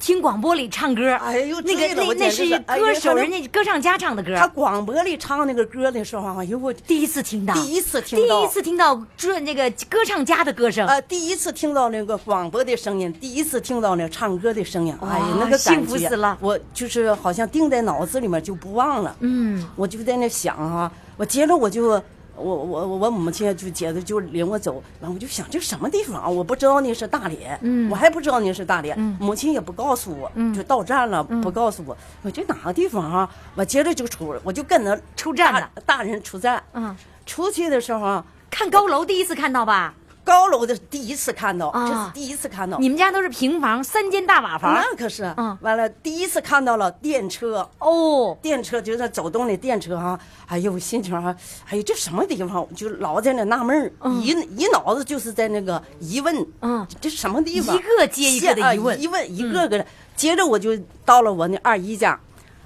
C: 听广播里唱歌，
I: 哎呦
C: 那
I: 醉
C: 个
I: 了
C: 那
I: 我
C: 那
I: 简直
C: 是
I: 是哎呦
C: 歌手，
I: 他那
C: 人家歌唱家唱的歌，
I: 他广播里唱那个歌的时候啊，哎呦我
C: 第一次听到，
I: 第一次听到
C: 第一次听到这那个歌唱家的歌声，
I: 呃，第一次听到那个广播的声音，第一次听到那唱歌的声音，
C: 哇
I: 哎呀，那个感觉
C: 幸福死了
I: 我就是好像定在脑子里面就不忘了。
C: 嗯，
I: 我就在那想啊，我接着我就我我我我母亲就接着就领我走，完我就想这什么地方啊？我不知道那是大连，
C: 嗯
I: 我还不知道那是大连，母亲也不告诉我，就到站了、
C: 嗯
I: 不告诉我，我这哪个地方啊？我接着就出，我就跟着
C: 出站了
I: 大大人出站，
C: 嗯，
I: 出去的时候啊。
C: 看高楼第一次看到吧？
I: 高楼的第一次看到，
C: 啊
I: 这是第一次看到。
C: 你们家都是平房，三间大瓦房。
I: 那可是，
C: 嗯
I: 完了第一次看到了电车，
C: 哦，
I: 电车就是走动的电车哈、哎呦，我心情啊，哎呦，这什么地方？我就老在那纳闷儿、一一脑子就是在那个疑问，
C: 嗯
I: 这什么地方？
C: 一个接一个的
I: 是啊
C: 疑问嗯
I: 一问一个个的。接着我就到了我那二姨家，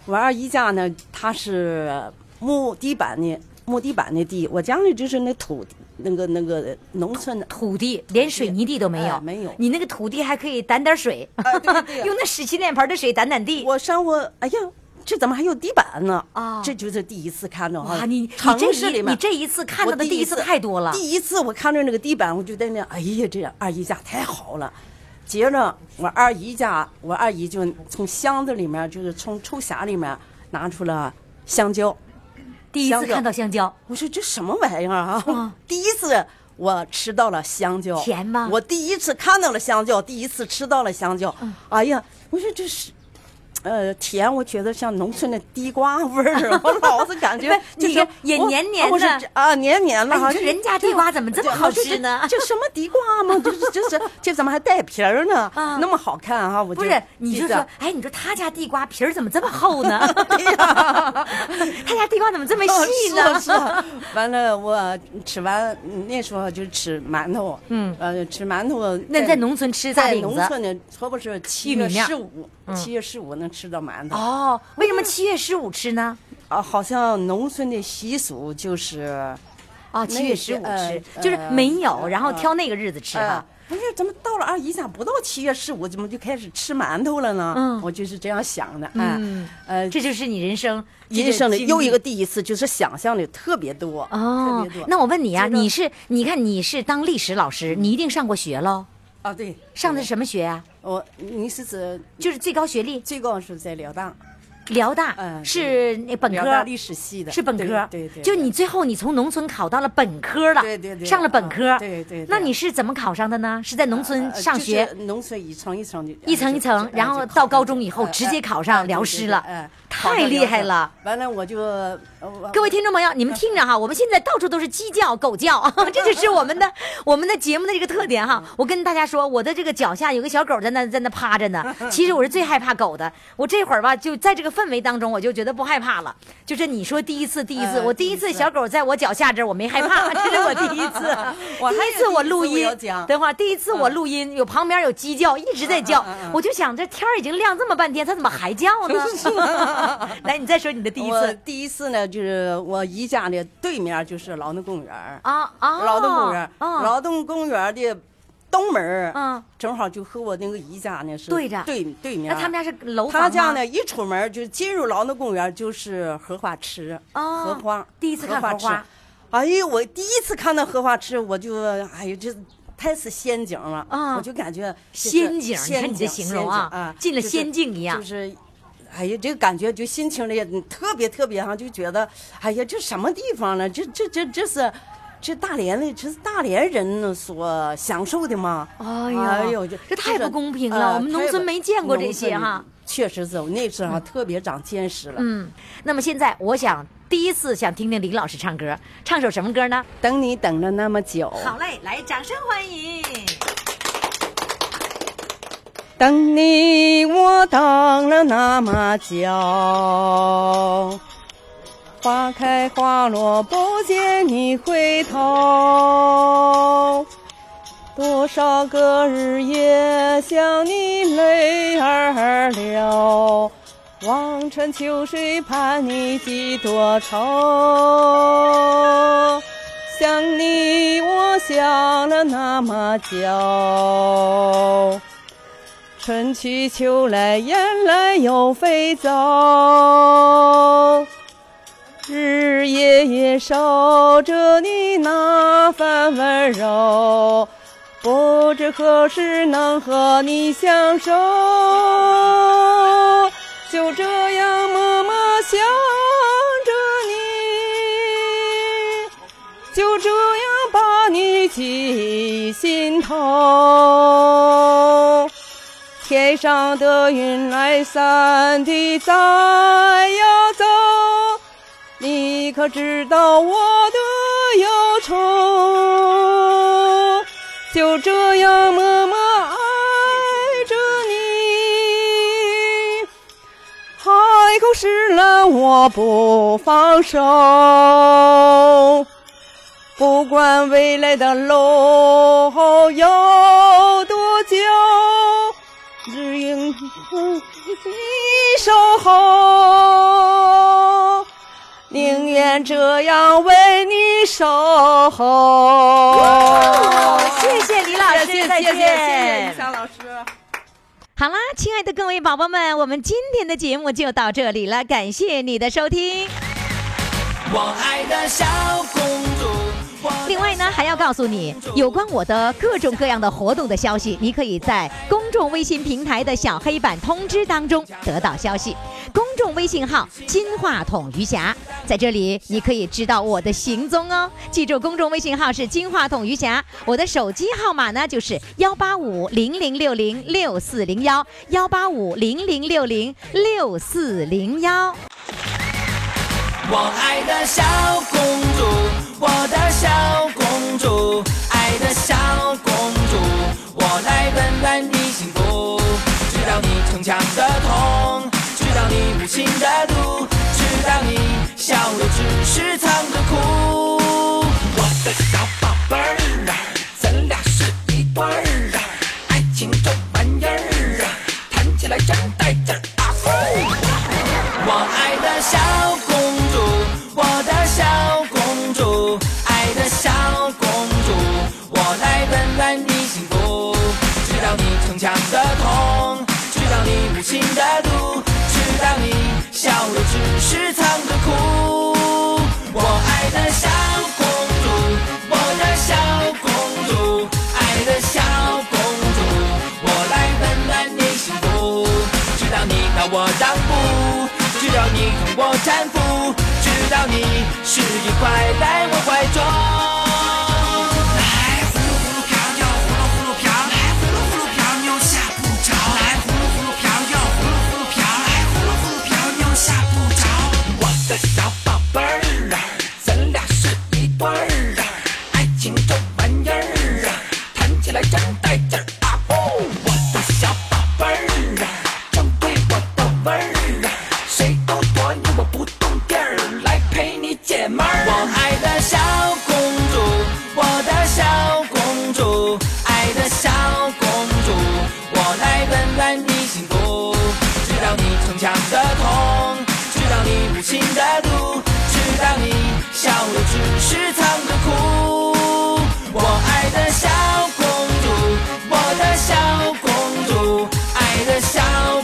I: 我二姨家呢，她是木地板的木地板的地，我家里就是那土那个那个农村的，
C: 土地连水泥地都没有，
I: 哎没有
C: 你那个土地还可以掸点水，
I: 啊对对对
C: 用那十七面盆的水掸掸地。
I: 我上我哎呀。这怎么还有地板呢？
C: 啊
I: 这就是第一次看到
C: 哇，
I: 啊
C: 你你
I: 城
C: 这
I: 市
C: 一
I: 里面
C: 你这一次看
I: 我
C: 到的第一次太多了。
I: 第一次我看着那个地板，我就在那，哎呀，这二姨家太好了。接着我二姨家，我二姨就从箱子里面，就是从抽匣里面拿出了香蕉。
C: 第一次
I: 香蕉
C: 看到香蕉，
I: 我说这什么玩意儿啊？
C: 嗯
I: 第一次我吃到了香蕉，
C: 甜吗
I: 我第一次看到了香蕉，第一次吃到了香蕉。
C: 嗯
I: 哎呀，我说这是。呃，甜，我觉得像农村的地瓜味儿，啊我老是感 觉就
C: 你
I: 是
C: 看也
I: 我
C: 黏黏的
I: 我说这啊，黏黏的
C: 哎
I: 哈。
C: 你说
I: 这
C: 人家地瓜怎么这么好吃呢
I: 这这这什么地瓜吗？这是这是这怎么还带皮儿 呢？
C: 啊
I: 那么好看哈，我
C: 不是，你
I: 觉
C: 就说
I: 得，
C: 哎，你说他家地瓜皮儿怎么这么厚呢？他家地瓜怎么 这么细呢？
I: 哦是啊是啊完了，我吃完那时候就吃馒头，
C: 嗯
I: 呃，吃馒头。
C: 那在农村吃大
I: 在
C: 饼
I: 农
C: 子
I: 村呢，差不多是七
C: 玉米
I: 月
C: 面儿嗯
I: 十五，七月十五能吃到馒头。
C: 哦，为
I: 嗯
C: 什么七月十五吃呢？
I: 啊，好像农村的习俗就是，
C: 哦，
I: 那
C: 七月十五
I: 是
C: 吃，
I: 呃
C: 就是没有，
I: 呃
C: 然后
I: 呃
C: 挑那个日子吃
I: 啊
C: 哈。
I: 不是，怎么到了二姨家不到七月十五，怎么就开始吃馒头了呢？
C: 嗯
I: 我就是这样想的，哎，
C: 嗯
I: 呃，
C: 这就是你人生
I: 人生的
C: 这
I: 又一
C: 经历
I: 个第一次，就是想象的特别多，
C: 哦
I: 特别多。
C: 那我问你啊，
I: 接着
C: 你是你看你是当历史老师，你一定上过学喽？
I: 啊，对，
C: 上的是什么学啊？
I: 我你是指
C: 就是最高学历，
I: 最高是在辽大，
C: 辽大、
I: 嗯
C: 是那本
I: 辽大
C: 科，
I: 历史系的，
C: 是本科。
I: 对对对，
C: 就你最后你从农村考到了本科了，
I: 对对对
C: 上了本科。
I: 嗯对对对
C: 那你是怎么考上的呢？是在农村
I: 呃
C: 上学？，
I: 就是农村一层一层的，
C: 一层一层
I: 就就
C: 然
I: 就
C: 后
I: 考
C: 到
I: 上
C: 高中以后
I: 呃
C: 直接
I: 呃
C: 考上
I: 呃
C: 辽
I: 对
C: 师
I: 对对
C: 了
I: 呃
C: 太
I: 考上
C: 厉
I: 辽
C: 害
I: 师
C: 了
I: 完了，我就呃我
C: 各位听众朋友，你们听着哈，我们现在到处都是鸡叫、狗叫， 这就是我们 的我们的节目的这个特点
I: 嗯
C: 哈。我跟大家说，我的这个脚下有个小狗在那在那趴 着呢。其实我是最害怕狗的，我这会儿吧就在这个氛围当中，我就觉得不害怕了。就是你说第一次，第一次，
I: 呃。
C: 我第一次小狗在我脚下这儿我没害怕， 这是我第一次
I: 我还有
C: 第一次我录
I: 第一次
C: 音
I: 我要，讲嗯
C: 等会儿第一次我录音，有旁边有鸡叫，一直在叫，我就想这天儿已经亮这么半天，它怎么还叫 呢？ 来，你再说你的第一
I: 啊我
C: 次。
I: 第一次呢，就是我姨家的对面就是劳动公园儿
C: 啊 啊！
I: 劳动公园儿，
C: 啊，
I: 劳动公园儿的东门儿
C: 嗯
I: 正好就和我那个姨家呢是
C: 对着
I: 对对面
C: 那
I: 儿。
C: 他们家是楼房
I: 他家
C: 吗
I: 呢，一出门就进入劳动公园，就是荷花池，
C: 哦
I: 荷花，
C: 第一次看
I: 荷
C: 荷花
I: 池。哎呦，我第一次看到荷花池，我就哎呦，这太是仙境了
C: 啊
I: 我就感觉这是
C: 仙境你
I: 仙
C: 看你这形容啊
I: 仙境啊，
C: 进了
I: 就是
C: 仙境一样
I: 就是。哎呀，这个感觉就心情里特别特别哈、就觉得，哎呀，这什么地方呢？这这这这是，这大连的，这是大连人所享受的吗？
C: 哎呦
I: 哎呦，这
C: 这太
I: 是
C: 不公平了
I: 呃
C: 我们农
I: 太
C: 村
I: 不
C: 没见过这
I: 农村
C: 些
I: 里
C: 哈
I: 确实是，我那时候啊特别长见识了。
C: 嗯，那么现在我想第一次想听听李老师唱歌，唱首什么歌呢？
I: 等你等了那么久，
C: 嘞，来，掌声欢迎！
I: 等你我等了那么久，花开花落不见你回头，多少个日夜想你泪儿流，望穿秋水盼你几多愁。想你，我想了那么久。春去秋来，雁来又飞走，日日夜夜守着你那份温柔，不知何时能和你相守。就这样默默想着你，就这样把你记忆心头。天上的云来散的咱呀走，你可知道我的忧愁？
J: 就这样默默爱着你，海枯石烂我不放手，不管未来的路有多久，只因你守候。宁愿这样为你守候。
C: 谢谢李老师，
J: 谢谢
C: 再见。
J: 谢谢谢谢于翔老师。
C: 好啦，亲爱的各位宝宝们，我们今天的节目就到这里了，感谢你的收听。
D: 我爱的小公主，我
C: 另外呢，还要告诉你有关我的各种各样的活动的消息，你可以在公众微信平台的小黑板通知当中得到消息。公众微信号“金话筒余霞”，在这里你可以知道我的行踪哦。记住，公众微信号是“金话筒余霞”，我的手机号码呢就是幺八五零零六零六四零幺幺八五零零六零六四零幺。
D: 我爱的小公主，我的小公主，爱的小公主，我来温暖你幸福，知道你逞强的痛，知道你无情的毒，知道你笑的只是藏着哭。我的小宝贝儿啊，咱俩是一对儿啊，爱情这玩意儿啊，谈起来真带劲儿啊！我爱的小公主，我的小公主，爱的小公主，我来温暖你幸福。知道你逞强的痛，知道你无情的毒，知道你笑的只是藏着哭。我爱的小公主，我的小公主，爱的小公主，我来温暖你幸福。知道你拿我让步，知道你同我搀扶，知道你是一块在我怀中。来呼噜飘又呼噜呼噜飘，来呼噜呼噜飘又吓不着，来呼噜呼噜飘又呼噜呼噜飘，来呼噜呼噜飘又吓不着。我的小宝贝儿啊，咱俩是一对儿啊，爱情这玩意儿啊，谈起来真带劲儿啊！哦，我的小宝贝儿啊。正对我的味儿，谁都躲你我不动地儿，来陪你解闷儿。我爱的小公主，我的小公主，爱的小公主，我来温暖你幸福。知道你逞强的痛，知道你无情的毒，知道你笑的只是藏着哭。我爱的小公主，我的小公主，爱的小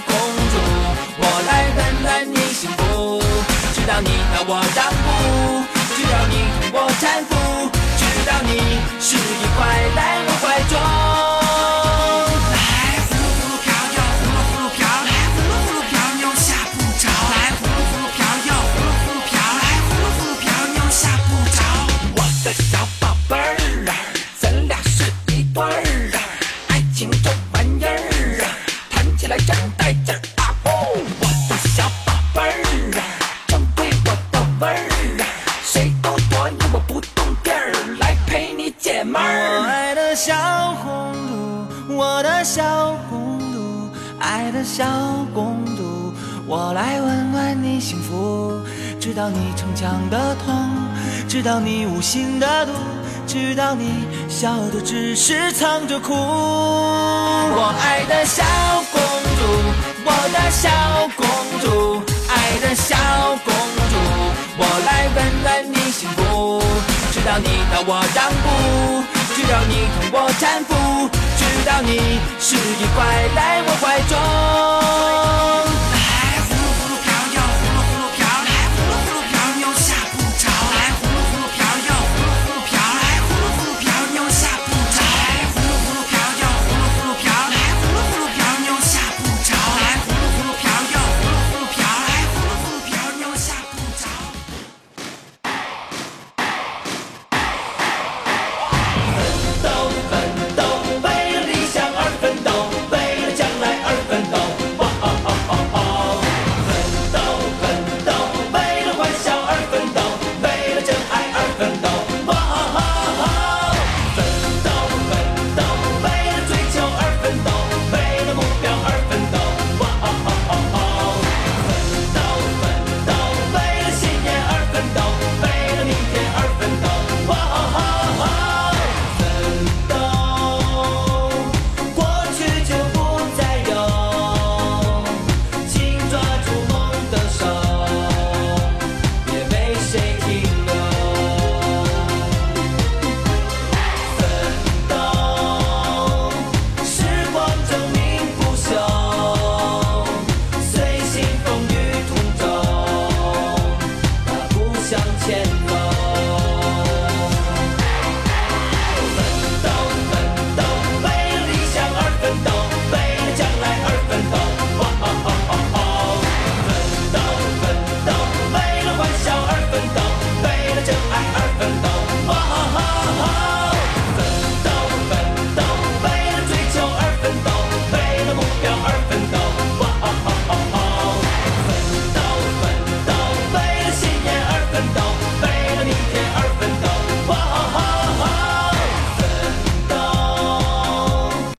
D: 公主，我来温暖你幸福。知道你拿我让步，知道你同我搀扶，知道你是一块在我怀中。来呼噜呼噜飘又呼噜呼噜飘，来呼噜呼噜飘又吓不着，来呼噜呼噜飘又呼噜呼噜飘，来呼噜呼噜飘又吓不着。我的小宝贝儿啊，咱俩是一对儿啊，爱情这玩意儿啊，谈起来真带劲儿啊！哦，我的小宝贝儿啊，正对我的味儿啊，谁都躲你我不动地儿，来陪你解闷儿。
K: 我爱的小公主，我的小公主，爱的小公主，我来温暖你幸福。知道你逞强的痛，知道你无心的毒，知道你笑的只是藏着哭。
D: 我
K: 我
D: 爱的小公主，我的小公主，爱的小公主，我来温暖你幸福。知道你拿我让步，知道你同我搀扶，知道你是一块在我怀中。